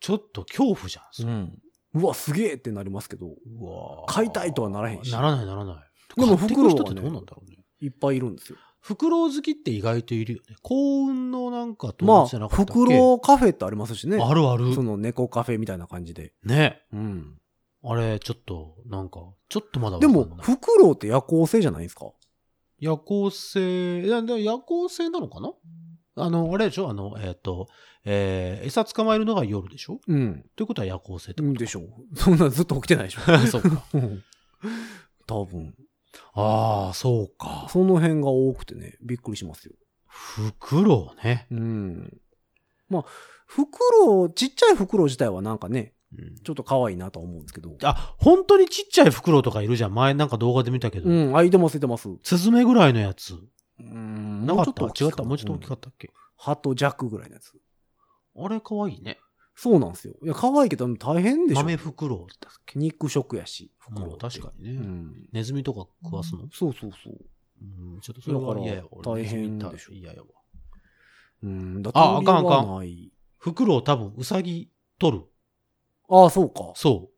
Speaker 3: ちょっと恐怖じゃん。それ
Speaker 4: ん。うわ、すげえってなりますけど、
Speaker 3: うわー
Speaker 4: 買いたいとはならへんし
Speaker 3: ならないならない。
Speaker 4: でも
Speaker 3: 買ってく人ってどうなんだろうね。
Speaker 4: いっぱいいるんですよ。
Speaker 3: フクロウ好きって意外といるよね。幸運のなんか動
Speaker 4: ま
Speaker 3: 物じゃ
Speaker 4: あ、
Speaker 3: なかったっけ、
Speaker 4: フクロウカフェってありますしね。
Speaker 3: あるあ
Speaker 4: そ
Speaker 3: る。
Speaker 4: の猫カフェみたいな感じで。
Speaker 3: ね。
Speaker 4: うん。
Speaker 3: あれ、ちょっと、なんか、ちょっとまだわ
Speaker 4: で
Speaker 3: かんない
Speaker 4: も、フクロウって夜行性じゃないですか
Speaker 3: 夜行性、いやでも夜行性なのかなあの、あれでしょあの、えっ、と、えー餌捕まえるのが夜でしょ
Speaker 4: うん。
Speaker 3: ということは夜行性ってこ
Speaker 4: んでしょう。そんなずっと起きてないでしょ。
Speaker 3: と [LAUGHS] そうか。
Speaker 4: うん多分。
Speaker 3: ああ、そうか。
Speaker 4: その辺が多くてね、びっくりしますよ。
Speaker 3: フクロウね。
Speaker 4: うん。まあ、フクロウ、ちっちゃいフクロウ自体はなんかね、
Speaker 3: うん
Speaker 4: ちょっと可愛いなとは思うんですけど。
Speaker 3: あ、本当にちっちゃいフクロウとかいるじゃん。前なんか動画で見たけど。
Speaker 4: うん、あ、いてます、いてます。
Speaker 3: スズメぐらいのやつ。
Speaker 4: うん、
Speaker 3: な
Speaker 4: も
Speaker 3: か
Speaker 4: う
Speaker 3: っ
Speaker 4: ちょ
Speaker 3: た
Speaker 4: と大き
Speaker 3: 違ったもうちょっと大きか
Speaker 4: っ
Speaker 3: ったっけ、
Speaker 4: た。ハトジャックぐらいのやつ。
Speaker 3: あれ可愛いね。
Speaker 4: そうなんですよ。いや、可愛いけど大変でしょ。
Speaker 3: 豆フクロウだっけ
Speaker 4: 肉食やし、フクロウ
Speaker 3: もう
Speaker 4: って
Speaker 3: 確かにね、
Speaker 4: うん。
Speaker 3: ネズミとか食わすの、
Speaker 4: そうそうそう。
Speaker 3: うん、ちょっとそれは嫌やわ。
Speaker 4: だから
Speaker 3: 俺ネズミ
Speaker 4: 大変でしょ
Speaker 3: いやいやわ。
Speaker 4: うん、だ
Speaker 3: ああかんあかん
Speaker 4: 鳥はない
Speaker 3: フクロウ多分ウサギ取る。
Speaker 4: ああ、そうか。
Speaker 3: そ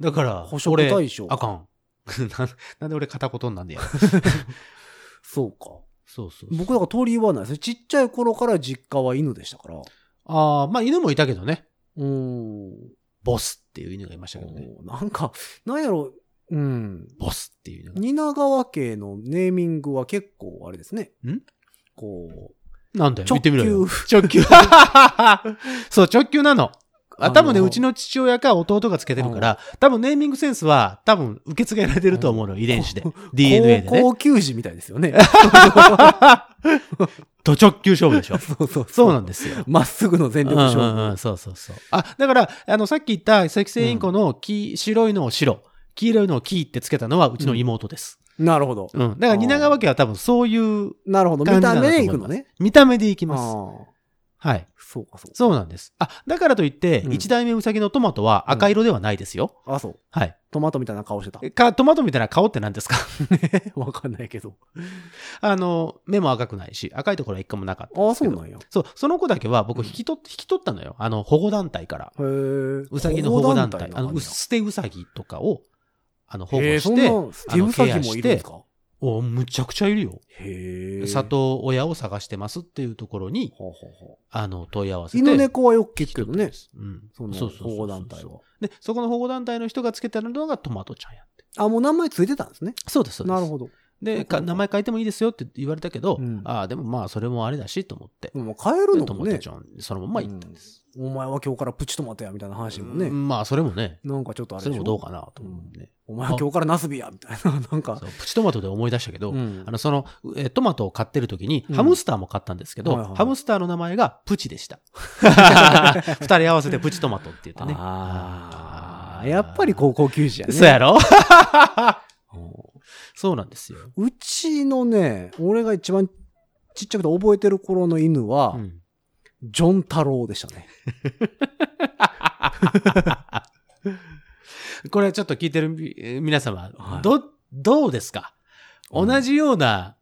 Speaker 3: う。だから、
Speaker 4: 捕食
Speaker 3: 俺
Speaker 4: 対象
Speaker 3: あかん。 [LAUGHS] ななんで俺片言になんで
Speaker 4: [LAUGHS]
Speaker 3: や。
Speaker 4: そうか。
Speaker 3: そうそうそう。
Speaker 4: 僕だから鳥はないです。ちっちゃい頃から実家は犬でしたから。
Speaker 3: ああ、まあ犬もいたけどね。
Speaker 4: うん。
Speaker 3: ボスっていう犬がいましたけどね。
Speaker 4: なんか、なんやろ、うん。
Speaker 3: ボスっていう犬が。
Speaker 4: 蜷川家のネーミングは結構あれですね。
Speaker 3: ん
Speaker 4: こう。
Speaker 3: なんだよ、
Speaker 4: 直
Speaker 3: 見てみろ [LAUGHS] よ。
Speaker 4: 球
Speaker 3: 直球。そう、直球なの。あ多分ね、
Speaker 4: あの
Speaker 3: うちの父親か弟がつけてるから、多分ネーミングセンスは、多分受け継がれてると思うの、遺伝子で。DNA で
Speaker 4: 高
Speaker 3: ね。
Speaker 4: 高級児みたいですよね。
Speaker 3: と直球勝負でしょ。
Speaker 4: そうそう
Speaker 3: [LAUGHS] [LAUGHS] そうなんですよ。
Speaker 4: まっすぐの全力勝負。
Speaker 3: うんうんうん、そうそうそう。あ、だから、あの、さっき言った赤星インコの黄、白いのを白、黄色いのを黄ってつけたのはうちの妹です。
Speaker 4: なるほど。
Speaker 3: うん。だから、蜷川家は多分そういう
Speaker 4: なるほど。
Speaker 3: 感
Speaker 4: 見
Speaker 3: じな
Speaker 4: た
Speaker 3: んだと思
Speaker 4: 目
Speaker 3: います
Speaker 4: で行くのね。
Speaker 3: 見た目でいき
Speaker 4: あ
Speaker 3: ます。
Speaker 4: あ。
Speaker 3: はい。
Speaker 4: そうか、そうか。
Speaker 3: そうなんです。あ、だからといって、
Speaker 4: うん
Speaker 3: 一代目ウサギのトマトは赤色ではないですよ。
Speaker 4: あ、そう。
Speaker 3: はい。
Speaker 4: トマトみたいな顔してた。
Speaker 3: えか、トマトみたいな顔って何ですか
Speaker 4: [LAUGHS] わかんないけど。
Speaker 3: [LAUGHS] あの、目も赤くないし、赤いところは一個もなかったん
Speaker 4: あ
Speaker 3: で
Speaker 4: あ、
Speaker 3: す
Speaker 4: そ
Speaker 3: け
Speaker 4: う
Speaker 3: ど。
Speaker 4: なんや。へ
Speaker 3: そう、その子だけは僕引き取っ、引き取ったのよ。あの、保護団体から。
Speaker 4: え。
Speaker 3: うさぎの保護団体。
Speaker 4: 保
Speaker 3: あの、う
Speaker 4: なんや
Speaker 3: 捨てうさぎとかを、あの、保護
Speaker 4: へえ、
Speaker 3: し
Speaker 4: そん
Speaker 3: て、
Speaker 4: な、スティウサギもいるんですか
Speaker 3: お、むちゃくちゃいるよ。
Speaker 4: へえ。
Speaker 3: 里親を探してますっていうところに、
Speaker 4: はあはあはあ
Speaker 3: あの、問い合わせて。
Speaker 4: 犬猫はよく聞くけどね。
Speaker 3: うん。
Speaker 4: その
Speaker 3: そうそうそうそう
Speaker 4: 保護団体は。
Speaker 3: で、そこの保護団体の人がつけてるのがトマトちゃんやって。
Speaker 4: あ、もう名前ついてたんですね。
Speaker 3: そうです、そうです。
Speaker 4: なるほど。
Speaker 3: で、か名前変えてもいいですよって言われたけど、
Speaker 4: うん
Speaker 3: ああ、でもまあ、それもあれだしと思って、
Speaker 4: でも変えるの
Speaker 3: ト
Speaker 4: も
Speaker 3: マト
Speaker 4: ね
Speaker 3: ち。ゃん、そのまま行ったんです。
Speaker 4: お前は今日からプチトマトやみたいな話もね。
Speaker 3: うんまあ、それもね、
Speaker 4: なんかちょっとあれ
Speaker 3: それ
Speaker 4: でしょ
Speaker 3: もどうかなと思うね。
Speaker 4: お前は今日からナスビやみたいな。なんか
Speaker 3: そ。うプチトマトで思い出したけど、
Speaker 4: うん
Speaker 3: あのそのえートマトを買ってる時に、
Speaker 4: うん
Speaker 3: ハムスターも買ったんですけど、
Speaker 4: はいはい
Speaker 3: ハムスターの名前がプチで
Speaker 4: [LAUGHS]
Speaker 3: した。二人合わせてプチトマトって言ってね。
Speaker 4: ああ、やっぱり高校球児やね。
Speaker 3: そうやろ
Speaker 4: [LAUGHS] うん
Speaker 3: そうなんですよ。
Speaker 4: うちのね、俺が一番ちっちゃくて覚えてる頃の犬は、
Speaker 3: うん
Speaker 4: ジョン太郎でしたね。
Speaker 3: これちょっと聞いてるみえー皆様、
Speaker 4: はい
Speaker 3: ど、どうですか
Speaker 4: うん
Speaker 3: 同じような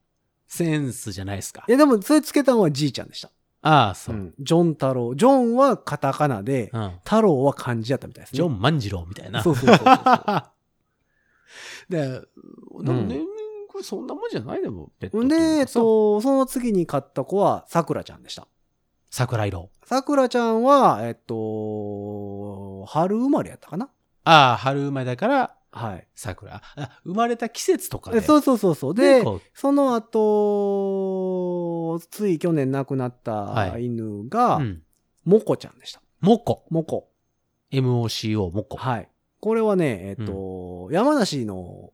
Speaker 3: センスじゃないですか。
Speaker 4: いや、でもそれつけたのはじいちゃんでした。
Speaker 3: ああ、そうう。
Speaker 4: んジョン太郎。ジョンはカタカナで、
Speaker 3: うん。
Speaker 4: 太郎は漢字やったみたいですね。
Speaker 3: ジョン万次郎みたいな。
Speaker 4: そうそうそうそ
Speaker 3: [LAUGHS] で、でもね、
Speaker 4: うん
Speaker 3: これそんなもんじゃないでも、ペットっ
Speaker 4: う。
Speaker 3: てい
Speaker 4: で、え
Speaker 3: う
Speaker 4: っ
Speaker 3: かさ
Speaker 4: と、その次に買った子は、さくらちゃんでした。
Speaker 3: 桜色。
Speaker 4: さくらちゃんは、えっと、春生まれやったかな
Speaker 3: ああ、春生まれだから、
Speaker 4: はい。
Speaker 3: 桜。あ、生まれた季節とか
Speaker 4: え
Speaker 3: で。
Speaker 4: そううそうそうそう。
Speaker 3: で、
Speaker 4: で、
Speaker 3: こ
Speaker 4: その後、つい去年亡くなった
Speaker 3: はい
Speaker 4: 犬
Speaker 3: う、
Speaker 4: が
Speaker 3: う、ん。
Speaker 4: モコちゃんでした。
Speaker 3: モコ。
Speaker 4: モコ。
Speaker 3: MOCO、モコ。
Speaker 4: はい。これはね、えっと、山梨の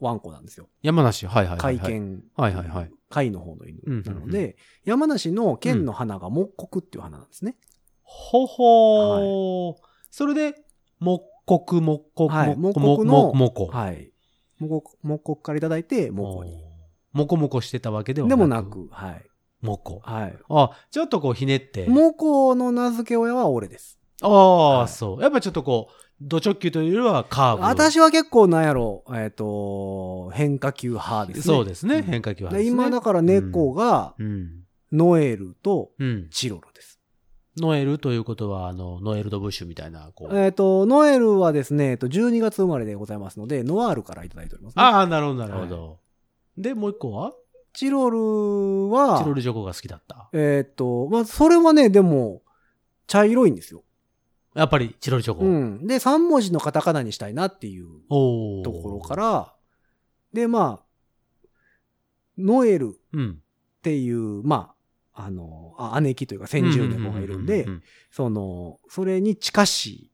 Speaker 4: ワンコなんですよ。
Speaker 3: 山梨、はいはいはい、
Speaker 4: 会
Speaker 3: はい。
Speaker 4: 見。
Speaker 3: はいはいはい。
Speaker 4: 会の方の犬
Speaker 3: うんうんうん
Speaker 4: なので、山梨の県の花が木国っていう花なんですね。
Speaker 3: ほほー。それで、木国、木国、
Speaker 4: はい
Speaker 3: 木
Speaker 4: 木
Speaker 3: 国、
Speaker 4: 国の
Speaker 3: 木国。
Speaker 4: はい。木国木国からいただいて、木コに。
Speaker 3: もこもこしてたわけでは
Speaker 4: でもな。く、はい。
Speaker 3: もこ。
Speaker 4: はい。
Speaker 3: あ、ちょっとこうひねって。
Speaker 4: モコの名付け親は俺です。
Speaker 3: ああ、
Speaker 4: はい
Speaker 3: そう。やっぱちょっとこう、ド直球というよりはカーブ。
Speaker 4: 私は結構なんやろ、えっ、と、変化球派ですね。
Speaker 3: そうですね。
Speaker 4: ん
Speaker 3: 変化球は、
Speaker 4: で今だから猫が
Speaker 3: うん。
Speaker 4: ノエルと
Speaker 3: うん。
Speaker 4: チロルです。
Speaker 3: ノエルということは、あの、ノエルド・ブッシュみたいな、こう。
Speaker 4: えっ、と、ノエルはですね、えっと12月生まれでございますので、ノワールからいただいております、ね。
Speaker 3: ああ、なるほど、なるほど。で、もう一個は
Speaker 4: チロルは、
Speaker 3: チロル・ジョコが好きだった。
Speaker 4: えーっと、まあ、それはね、でも、茶色いんですよ。
Speaker 3: やっぱりチロル・ジョコ。
Speaker 4: うん。で、3文字のカタカナにしたいなっていう
Speaker 3: おー
Speaker 4: ところか。ら、で、まあ、ノエルっ
Speaker 3: うん。
Speaker 4: ていう、まあ、あの、あ姉貴というか先住猫がいるんで
Speaker 3: ううう、う
Speaker 4: その、それに近しい、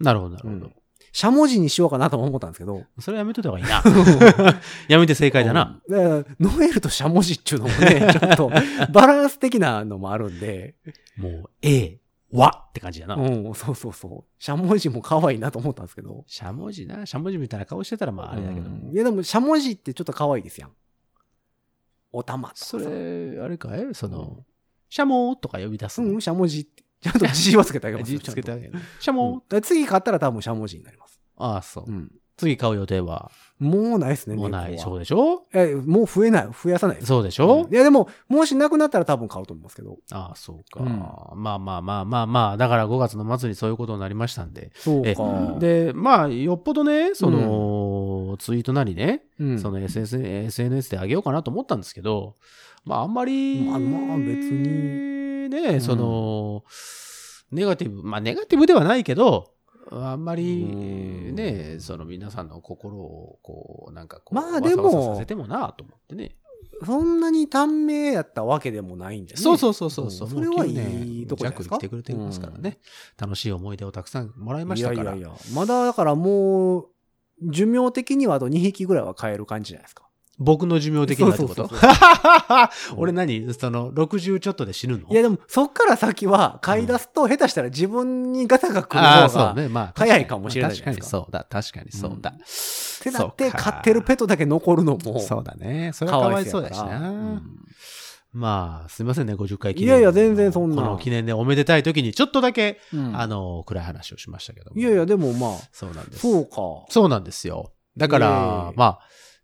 Speaker 3: うんなるほど、なる
Speaker 4: う
Speaker 3: ほ
Speaker 4: ん
Speaker 3: ど。
Speaker 4: しゃもじにしようかなとも思ったんですけど。
Speaker 3: それはやめといた方がいいな。
Speaker 4: [LAUGHS]
Speaker 3: やめて正解だな。
Speaker 4: うん。だからノエルとしゃもじっていうのも
Speaker 3: [LAUGHS]
Speaker 4: ね、ちょっとバランス的なのもあるんで、
Speaker 3: もう、A、わって感じだな。
Speaker 4: うん、そうそうそう。しゃもじも可愛いなと思ったんですけど。
Speaker 3: しゃもじな、しゃもじみたいな顔してたらまああれだけど。
Speaker 4: うんいやでも、しゃもじってちょっと可愛いですやん。おたまとかさ
Speaker 3: それ、あれかいその、しゃもーとか呼び出す
Speaker 4: うん、
Speaker 3: の。
Speaker 4: しゃもじって。ちゃんと G はつけてあげます
Speaker 3: 字
Speaker 4: よ。
Speaker 3: つけてあげ
Speaker 4: ち
Speaker 3: る。しゃ
Speaker 4: ゃんとうん
Speaker 3: も
Speaker 4: だから次買ったら多分しゃもじになります。
Speaker 3: ー。ああ、そう
Speaker 4: う。ん。
Speaker 3: 次買う予定は、
Speaker 4: もうないですね、
Speaker 3: もうない。
Speaker 4: 猫
Speaker 3: そ
Speaker 4: は
Speaker 3: うでしょ
Speaker 4: え、もう増えない、増やさないです。
Speaker 3: そうでしょ
Speaker 4: うんいやでも、もしなくなったら多分買うと思いますけど。
Speaker 3: ああ、そうか。
Speaker 4: うん
Speaker 3: まあまあまあまあまあ、だから5月の末にそういうことになりましたんで。
Speaker 4: そう
Speaker 3: え
Speaker 4: か。、
Speaker 3: で、まあ、よっぽどね、その、ツイートなりね、
Speaker 4: うん
Speaker 3: その SS SNS であげようかなと思ったんですけど、まあ、あんまり、
Speaker 4: まあまあ別に
Speaker 3: ね、その、ネガティブ、まあ、ネガティブではないけど、あんまり、
Speaker 4: うん
Speaker 3: ね、その皆さんの心を、こう、なんかこう、
Speaker 4: まあでも
Speaker 3: わさわささせてもなと思って
Speaker 4: [LAUGHS]
Speaker 3: ね。
Speaker 4: そんなに短命やったわけでもないんで、ね、
Speaker 3: そうそうそうそう。
Speaker 4: んそれはいいとこ
Speaker 3: じ
Speaker 4: じゃ
Speaker 3: ゃなで
Speaker 4: ないで
Speaker 3: すす
Speaker 4: か
Speaker 3: か。来てくれてますからね、楽しい思い出をたくさんもらいま
Speaker 4: い
Speaker 3: した
Speaker 4: や
Speaker 3: か
Speaker 4: い
Speaker 3: ら。
Speaker 4: やいや。まだだからもう、寿命的にはあと2匹ぐらいは買える感じじゃないですか。
Speaker 3: 僕の寿命的なってこ
Speaker 4: そう
Speaker 3: と
Speaker 4: そう
Speaker 3: [LAUGHS]
Speaker 4: そ
Speaker 3: 俺何その、60ちょっとで死ぬの
Speaker 4: いやでも、そっから先は買い出すと、下手したら自分にガタが来る
Speaker 3: ああ、
Speaker 4: 方
Speaker 3: そう
Speaker 4: が、
Speaker 3: ね。まあ、
Speaker 4: 早いかもしれないじ
Speaker 3: 確
Speaker 4: ゃ
Speaker 3: かに
Speaker 4: ないですか
Speaker 3: そうだ。確かにそうだ。
Speaker 4: って
Speaker 3: そ
Speaker 4: な
Speaker 3: う
Speaker 4: って、
Speaker 3: か
Speaker 4: 買ってるペットだけ残るのも、
Speaker 3: そうだね。それ
Speaker 4: か
Speaker 3: はか
Speaker 4: わ
Speaker 3: わ
Speaker 4: い
Speaker 3: い
Speaker 4: そ
Speaker 3: そうう
Speaker 4: や
Speaker 3: だ
Speaker 4: か
Speaker 3: し
Speaker 4: ら
Speaker 3: な。
Speaker 4: うん
Speaker 3: まあ、すみませんね、50回記念。
Speaker 4: いやいや全然そん
Speaker 3: こ
Speaker 4: な
Speaker 3: の記念でおめでたい時に、ちょっとだけ、
Speaker 4: うん
Speaker 3: あの、暗い話をしましたけども
Speaker 4: いやいや、、でもまあ、
Speaker 3: そうなんです。
Speaker 4: そうか。
Speaker 3: そうなんですよ。だから
Speaker 4: え、え
Speaker 3: まあ、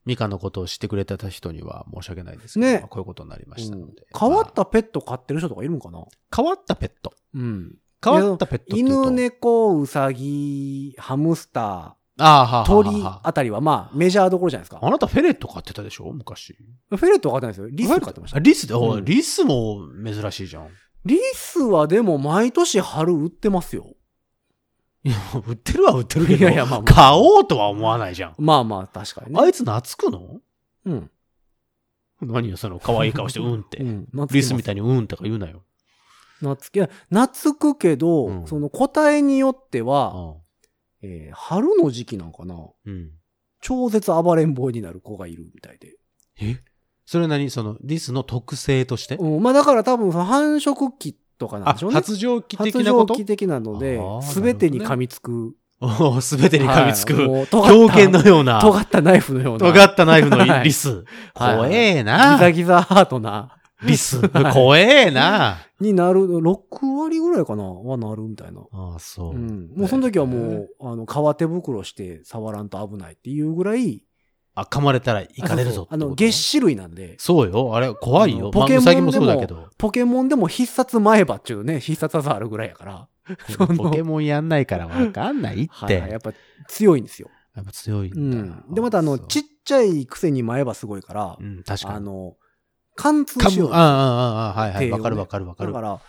Speaker 3: ミカのことを知ってくれてた人には申し訳ないですけど、
Speaker 4: ね
Speaker 3: まあこういうことになりましたので。
Speaker 4: うん変わっ
Speaker 3: まあ
Speaker 4: たペット飼ってる人とかいるんかな
Speaker 3: 変わったペット。
Speaker 4: うん。
Speaker 3: 変わったペットっていうと
Speaker 4: 犬、。猫、ウサギ、ハムスタ
Speaker 3: ああ、はあ
Speaker 4: ー、鳥
Speaker 3: はあはあ
Speaker 4: あたりはまあメジャーどころじゃないですか。
Speaker 3: あなたフェレット飼ってたでしょ昔。
Speaker 4: フェレットは飼ってないですよ。リス飼ってました
Speaker 3: あ。リスで、おい
Speaker 4: うん
Speaker 3: リスも珍しいじゃん。
Speaker 4: リスはでも毎年春売ってますよ。
Speaker 3: いや、売ってるは売ってるけど、
Speaker 4: [LAUGHS] いやいやまあまあ
Speaker 3: 買おうとは思わないじゃん。
Speaker 4: まあまあ、確かにね。
Speaker 3: あいつ懐くの
Speaker 4: うん。
Speaker 3: 何よ、その可愛い顔して、 [LAUGHS] うんって。
Speaker 4: うん、懐
Speaker 3: リスみた
Speaker 4: い
Speaker 3: いにうんとか言うなよ。
Speaker 4: 懐きいや懐くけど、
Speaker 3: うん
Speaker 4: その答えによっては、
Speaker 3: ああ
Speaker 4: えー春の時期なんかな、
Speaker 3: うん。
Speaker 4: 超絶暴れん坊になる子がいるみたいで。
Speaker 3: えそれ何その、リスの特性として、
Speaker 4: うん、まあだから多分その繁殖期とかなん
Speaker 3: あ、
Speaker 4: でしょうね。
Speaker 3: 発情期的なこと
Speaker 4: 発情期的なので
Speaker 3: あー、
Speaker 4: すべてに噛みつく。
Speaker 3: おすべてに噛みつく。
Speaker 4: はいもう尖っ
Speaker 3: [LAUGHS]
Speaker 4: た
Speaker 3: 狂犬のような、
Speaker 4: 尖ったナイフのような。
Speaker 3: 尖ったナイフの
Speaker 4: はい
Speaker 3: リス。
Speaker 4: はい
Speaker 3: 怖え
Speaker 4: ギザ
Speaker 3: な。
Speaker 4: ギザハートな、
Speaker 3: リス。怖えな。
Speaker 4: になる、6割ぐらいかなはなるみたいな。
Speaker 3: ああ、そう。
Speaker 4: うん、もうその時はもう、あの、革手袋して触らんと危ないっていうぐらい、
Speaker 3: あ、噛まれたら行かれるぞってこ
Speaker 4: あ
Speaker 3: と
Speaker 4: の、月種類なんで、
Speaker 3: そうよ。あれ、怖い
Speaker 4: あの
Speaker 3: よ。
Speaker 4: ポ
Speaker 3: ポ
Speaker 4: ケ
Speaker 3: ケモン。ウ
Speaker 4: モン
Speaker 3: サギもそう
Speaker 4: で
Speaker 3: だ
Speaker 4: も
Speaker 3: けど。
Speaker 4: ポケモンでも必殺前歯っていうね、必殺技あるぐらいやから、その
Speaker 3: ポケモンやんないからわかんないっ
Speaker 4: はい
Speaker 3: て。
Speaker 4: はい、や
Speaker 3: や
Speaker 4: っぱ強いんですよ。
Speaker 3: っぱ強い
Speaker 4: うん
Speaker 3: だ
Speaker 4: ん。で、またあの、ちっ
Speaker 3: ち
Speaker 4: ちゃいくせに前歯すごいから
Speaker 3: う、ん、確か
Speaker 4: あ
Speaker 3: に。
Speaker 4: の、貫通
Speaker 3: か
Speaker 4: しよう
Speaker 3: ああ、ああ、ああ、はいは
Speaker 4: 手
Speaker 3: い。
Speaker 4: をね
Speaker 3: わかるわかるわか
Speaker 4: だ
Speaker 3: る
Speaker 4: か。ら、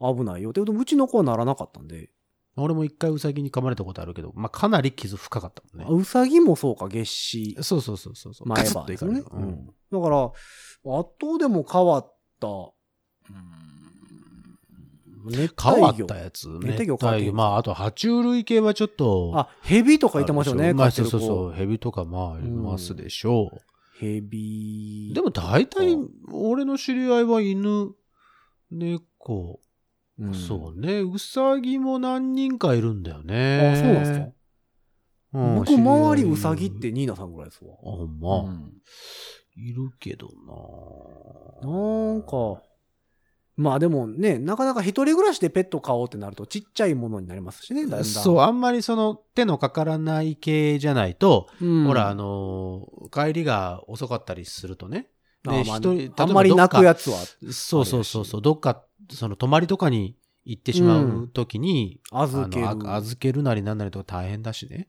Speaker 4: 危ないよ。ってことでうちの子はならなかったんで、
Speaker 3: 俺も一回ウサギに噛まれたことあるけど、まあ、かなり傷深かったもんね。
Speaker 4: うさぎもそうか、月死
Speaker 3: そうそうそうそうそう。
Speaker 4: 前
Speaker 3: カツ
Speaker 4: 歯
Speaker 3: ッと
Speaker 4: で
Speaker 3: い
Speaker 4: す
Speaker 3: か
Speaker 4: よ
Speaker 3: れ
Speaker 4: ね
Speaker 3: る。。
Speaker 4: う
Speaker 3: うん
Speaker 4: んだから、あとでも変わった、熱
Speaker 3: 変わっ
Speaker 4: 帯魚
Speaker 3: た。やつ。
Speaker 4: 熱帯魚
Speaker 3: 熱帯魚。まあ、あと、爬虫類系はちょっと。
Speaker 4: あ、ヘビとかいてましたよね、
Speaker 3: ま
Speaker 4: 飼
Speaker 3: あ、
Speaker 4: って
Speaker 3: そう
Speaker 4: る
Speaker 3: そうそ
Speaker 4: 子。
Speaker 3: う。ヘビとか、まあ、いますでしょう。
Speaker 4: ヘビ。
Speaker 3: でも、大体
Speaker 4: う、
Speaker 3: 俺の知り合いは犬、猫、
Speaker 4: うん
Speaker 3: そうね。うさぎも何人かいるんだよ
Speaker 4: あ、
Speaker 3: ね。
Speaker 4: そうなんですか
Speaker 3: うん
Speaker 4: 僕、
Speaker 3: 知り合い
Speaker 4: 周りうさぎってニーナさんぐらいですわ。
Speaker 3: あ、ほんま、
Speaker 4: うん
Speaker 3: いるけどな
Speaker 4: なんか、まあでもね、なかなか一人暮らしでペット飼おうってなるとちっちゃいものになりますしね、だんだん。
Speaker 3: そう、あんまりその手のかからない系じゃないと、
Speaker 4: うん
Speaker 3: ほら、あのー帰りが遅かったりするとね。
Speaker 4: まあ
Speaker 3: で
Speaker 4: まあ
Speaker 3: 一人
Speaker 4: あんまり泣くやつは
Speaker 3: そうそうそうそう、どっか、その泊まりとかに行ってしまうときに、
Speaker 4: 預ける。
Speaker 3: あのあ預けるなりなんなりとか大変だしね。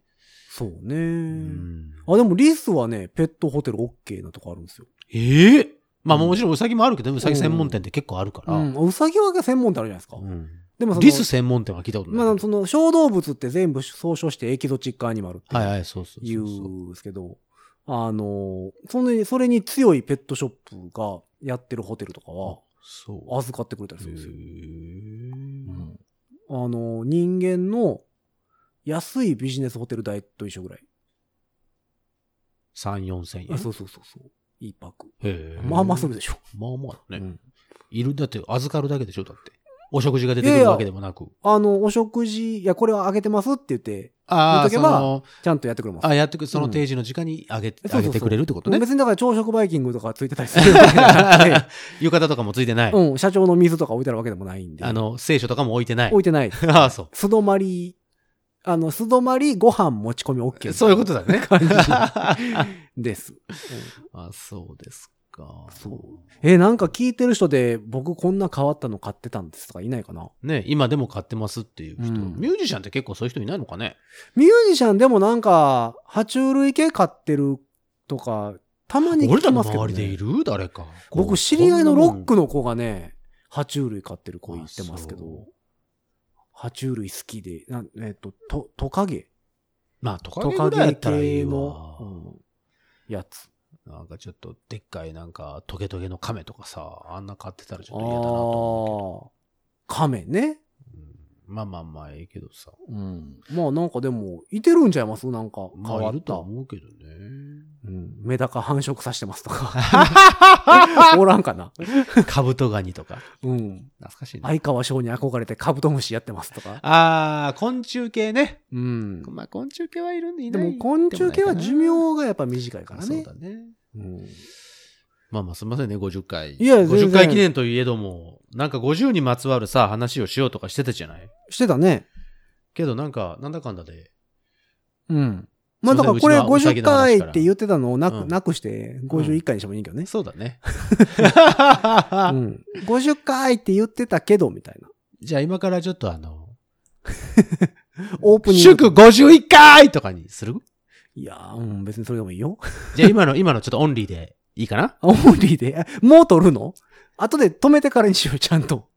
Speaker 4: そうね、
Speaker 3: うん
Speaker 4: あ、でもリスはね、ペットホテル OK なとこあるんですよ。
Speaker 3: ええまあ
Speaker 4: うん
Speaker 3: もちろんウサギもあるけど、ウサギ専門店って結構あるから。
Speaker 4: うん。うさぎは専門店あるじゃないですか。
Speaker 3: うん
Speaker 4: でもその、
Speaker 3: リス専門店は聞いたことない。
Speaker 4: まあその小動物って全部総称してエキゾチックアニマルって
Speaker 3: はいはい、そうそう
Speaker 4: 言
Speaker 3: そううん
Speaker 4: ですけど、あの、それにそれに強いペットショップがやってるホテルとかは、
Speaker 3: そう。
Speaker 4: 預かってくれたりするんですよ。
Speaker 3: うん
Speaker 4: あの、人間の安いビジネスホテル代と一緒ぐらい。
Speaker 3: 3、4千円。
Speaker 4: あそうそうそうそう。いいパック。
Speaker 3: へー
Speaker 4: まあまあするでしょ。
Speaker 3: まあまあだね。
Speaker 4: うん
Speaker 3: いる、だって預かるだけでしょ、だって。お食事が出てくるわけでもなく。
Speaker 4: あの、お食事、いや、これはあげてますって言って、
Speaker 3: あ
Speaker 4: 言
Speaker 3: あ、
Speaker 4: っとけ
Speaker 3: そ
Speaker 4: ば
Speaker 3: の、
Speaker 4: ちゃんとやってくれます。
Speaker 3: あやってく、その定時の時間にあげ、
Speaker 4: そうそうそ
Speaker 3: あ
Speaker 4: う
Speaker 3: げてくれるってことね。
Speaker 4: 別にだから朝食バイキングとかついてたりするわけじゃなく
Speaker 3: [LAUGHS]
Speaker 4: て
Speaker 3: 浴衣とかもついてない。
Speaker 4: うん、社長の水とか置いてあるわけでもないんで。
Speaker 3: あの、聖書とかも置いてない
Speaker 4: 置。いてない。
Speaker 3: [LAUGHS] ああ、そ
Speaker 4: 素泊まり、あの、素泊まりご飯持ち込み OK。
Speaker 3: う。そういうことだね。
Speaker 4: 感じです。
Speaker 3: あ、そうですか。
Speaker 4: そえ、なんか聞いてる人で、僕こんな変わったの買ってたんですとかいないかな
Speaker 3: ね、今でも買ってますっていう人、
Speaker 4: うん
Speaker 3: ミュージシャンって結構そういう人いないのかね
Speaker 4: ミュージシャンでもなんか、爬虫類系買ってるとか、たまに聞
Speaker 3: 俺ら
Speaker 4: き
Speaker 3: の
Speaker 4: ますけど、
Speaker 3: 周
Speaker 4: ね。
Speaker 3: りでいる誰か。こ
Speaker 4: 僕、
Speaker 3: う
Speaker 4: 知り合いのロックの子がね、爬虫類飼ってる子言ってますけ
Speaker 3: あ
Speaker 4: ど、爬虫類好きで、なえっ、と、と、トカゲ
Speaker 3: まあ、トカ
Speaker 4: ト
Speaker 3: ゲ
Speaker 4: カ
Speaker 3: ぐらいや
Speaker 4: ゲ
Speaker 3: ったらいい
Speaker 4: 系
Speaker 3: わ。
Speaker 4: の、うんやつ。
Speaker 3: なんかちょっと、でっかいなんか、トゲトゲの亀とかさ、あんな買ってたらち
Speaker 4: あ
Speaker 3: ょっと嫌だなと思う
Speaker 4: あー、カメね。
Speaker 3: けど。うんまあまあまあ、ええけどさ。
Speaker 4: うん。まあなんかでも、いてるんちゃいますなんか、変
Speaker 3: まあ、
Speaker 4: わ
Speaker 3: い
Speaker 4: っ
Speaker 3: ると
Speaker 4: た。
Speaker 3: は思うけどね。
Speaker 4: うん。メダカ繁殖させてますと
Speaker 3: [LAUGHS]
Speaker 4: か。おらんかな。
Speaker 3: カブトガニとか。
Speaker 4: うん。
Speaker 3: 懐かしいな。
Speaker 4: 相川翔に憧れてカブトムシやってますとか。
Speaker 3: ああ、昆虫系ね。
Speaker 4: うん。
Speaker 3: まあ、昆虫系はいるんでい
Speaker 4: で
Speaker 3: ない
Speaker 4: も昆虫系は寿命がやっぱ短い
Speaker 3: か
Speaker 4: からら
Speaker 3: ね。そう
Speaker 4: ね
Speaker 3: だ。ね。
Speaker 4: うん
Speaker 3: まあまあ、すみませんね、50回。
Speaker 4: いや全然
Speaker 3: 50回記念といえども、なんか50にまつわるさ、話をしようとかしてたじゃない
Speaker 4: してたね。
Speaker 3: けどなんか、なんだかんだで、
Speaker 4: うん。ま
Speaker 3: すいませ
Speaker 4: あ
Speaker 3: ん
Speaker 4: だからこれ
Speaker 3: うちのうさぎ
Speaker 4: 50
Speaker 3: の話
Speaker 4: 回
Speaker 3: から
Speaker 4: って言ってたのをな
Speaker 3: う
Speaker 4: く
Speaker 3: ん
Speaker 4: なくして51回にしてもいいけどね。
Speaker 3: そうだ
Speaker 4: [LAUGHS]
Speaker 3: ね。
Speaker 4: うん。50回って言ってたけどみたいな。
Speaker 3: じゃあ今からちょっとあの、
Speaker 4: オープニング
Speaker 3: 祝
Speaker 4: とか。
Speaker 3: 51回とかにする
Speaker 4: いやー、うん、別にそれでもいいよ。 [LAUGHS]
Speaker 3: じゃあ今の、今のちょっとオンリーでいいかな
Speaker 4: オンリーで。あもう撮るの後で止めてからにしよう、ちゃんと。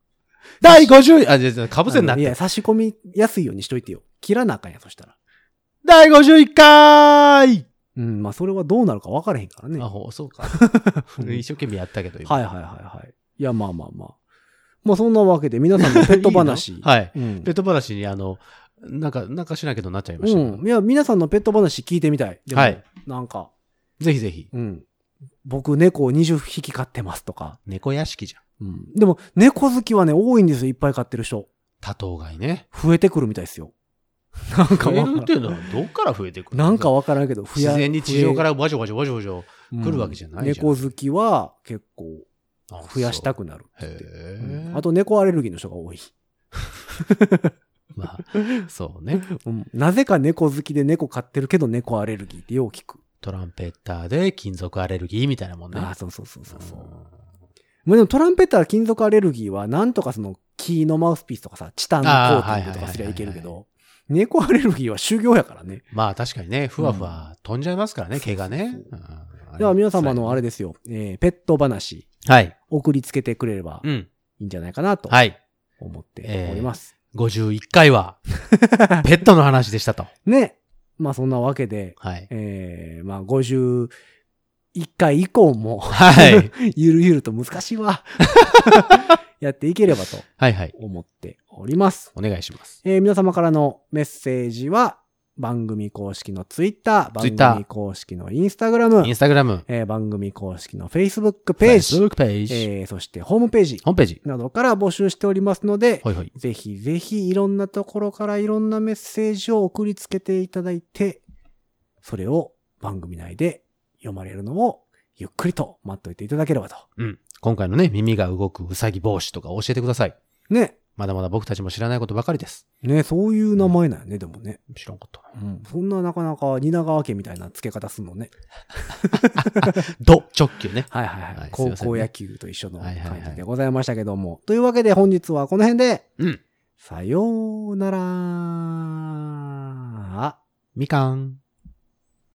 Speaker 3: 第50、あ、じゃあじゃあ、かぶせになっ
Speaker 4: あのい
Speaker 3: て。
Speaker 4: や、差し込みやすいようにしといてよ。切らなあかんや、そしたら。
Speaker 3: 第51回
Speaker 4: うん、まあそれはどうなるか分からへんからね。
Speaker 3: あ、ほ、
Speaker 4: [LAUGHS]
Speaker 3: そうか。
Speaker 4: うん
Speaker 3: 一生懸命やったけど、今
Speaker 4: はいはいはいはい。いや、まあまあまあ。まあそんなわけで、皆さんのペット話。
Speaker 3: いいの [LAUGHS] はい。
Speaker 4: うん
Speaker 3: ペット話に、あの、なんか、なんかしないけどなっちゃいましたけど、
Speaker 4: うん。いや、皆さんのペット話聞いてみたい。でも
Speaker 3: はい。
Speaker 4: なんか、
Speaker 3: ぜひぜひ。
Speaker 4: うん。僕、猫を20匹飼ってますとか。
Speaker 3: 猫屋敷じゃん。
Speaker 4: うん。でも、猫好きはね、多いんですよ。いっぱい飼ってる人。
Speaker 3: 多頭飼いね。
Speaker 4: 増えてくるみたいですよ。 [LAUGHS] なん
Speaker 3: 増
Speaker 4: かわ
Speaker 3: え
Speaker 4: から
Speaker 3: る
Speaker 4: ん
Speaker 3: っていうのはどっから増えてくる
Speaker 4: なんかわからんけど、増
Speaker 3: 自
Speaker 4: や、
Speaker 3: 然に地上かららわじょわじょわじょわじょ。
Speaker 4: うん
Speaker 3: 来るわけじゃないじゃん
Speaker 4: 猫好きは結構
Speaker 3: あ
Speaker 4: 増やした
Speaker 3: そ
Speaker 4: くなるっ
Speaker 3: う
Speaker 4: て言って
Speaker 3: へ
Speaker 4: う
Speaker 3: え。
Speaker 4: んあ、と猫アレルギーの人が多い。
Speaker 3: まあ、そうね。
Speaker 4: うんなぜか猫好きで猫飼ってるけど猫アレルギーってよう聞く。
Speaker 3: トランペッターで金属アレルギーみたいなもんね。
Speaker 4: ああ、そうそうそうそうそう。
Speaker 3: ん
Speaker 4: まあでもトランペッター金属アレルギーはなんとかその木のマウスピースとかさ、チタンのコーティングとかすりゃいけるけ
Speaker 3: あーは
Speaker 4: ど、猫アレルギーは修行やからね。
Speaker 3: まあ確かにね、ふわふわ飛んじゃいますからね、
Speaker 4: うん
Speaker 3: 毛がね
Speaker 4: そうそ。
Speaker 3: うん
Speaker 4: では皆様のあれ。ですよ、えーペット話
Speaker 3: はい。
Speaker 4: 送りつけてくれれば
Speaker 3: うん。
Speaker 4: いいんじゃないかなと
Speaker 3: はい。
Speaker 4: 思っております。
Speaker 3: 51回
Speaker 4: [LAUGHS]
Speaker 3: は、ペットの話でしたと。
Speaker 4: ね。まあそんなわけで、
Speaker 3: はい。
Speaker 4: えー、まあ51回以降も、
Speaker 3: はい。
Speaker 4: [LAUGHS] ゆるゆると難しいわ。 [LAUGHS] やっていければと
Speaker 3: はいはい。
Speaker 4: 思っております。
Speaker 3: お願いします。
Speaker 4: えー皆様からのメッセージは、番組公式のツイッター、
Speaker 3: Twitter
Speaker 4: 番組公式のインスタグラ
Speaker 3: イ
Speaker 4: ム
Speaker 3: ン、スタグラム、
Speaker 4: えー番組公式のフェイスブックページ、
Speaker 3: Facebook ページ、
Speaker 4: えーそしてホームページ
Speaker 3: ホームページ。
Speaker 4: などから募集しておりますので、
Speaker 3: ほいほい。
Speaker 4: ぜひぜひいろんなところからいろんなメッセージを送りつけていただいて、それを番組内で読まれるのをゆっくりと待っといていただければと。
Speaker 3: うん。今回のね、耳が動くうさぎ帽子とか教えてください。
Speaker 4: ね。
Speaker 3: まだまだ僕たちも知らないことばかりです。
Speaker 4: ね、そういう名前なんやね、でもね。
Speaker 3: 知らんかったな。
Speaker 4: うん。そんななかなか蜷川家みたいな付け方すんのね。
Speaker 3: ド直球ね。
Speaker 4: はいはいはい。
Speaker 3: はいすいませ
Speaker 4: 高
Speaker 3: んね
Speaker 4: 校野球と一緒の
Speaker 3: はいはいはい
Speaker 4: 感じでございましたけども。というわけで本日はこの辺で、
Speaker 3: うん。
Speaker 4: さようなら。
Speaker 3: みかん。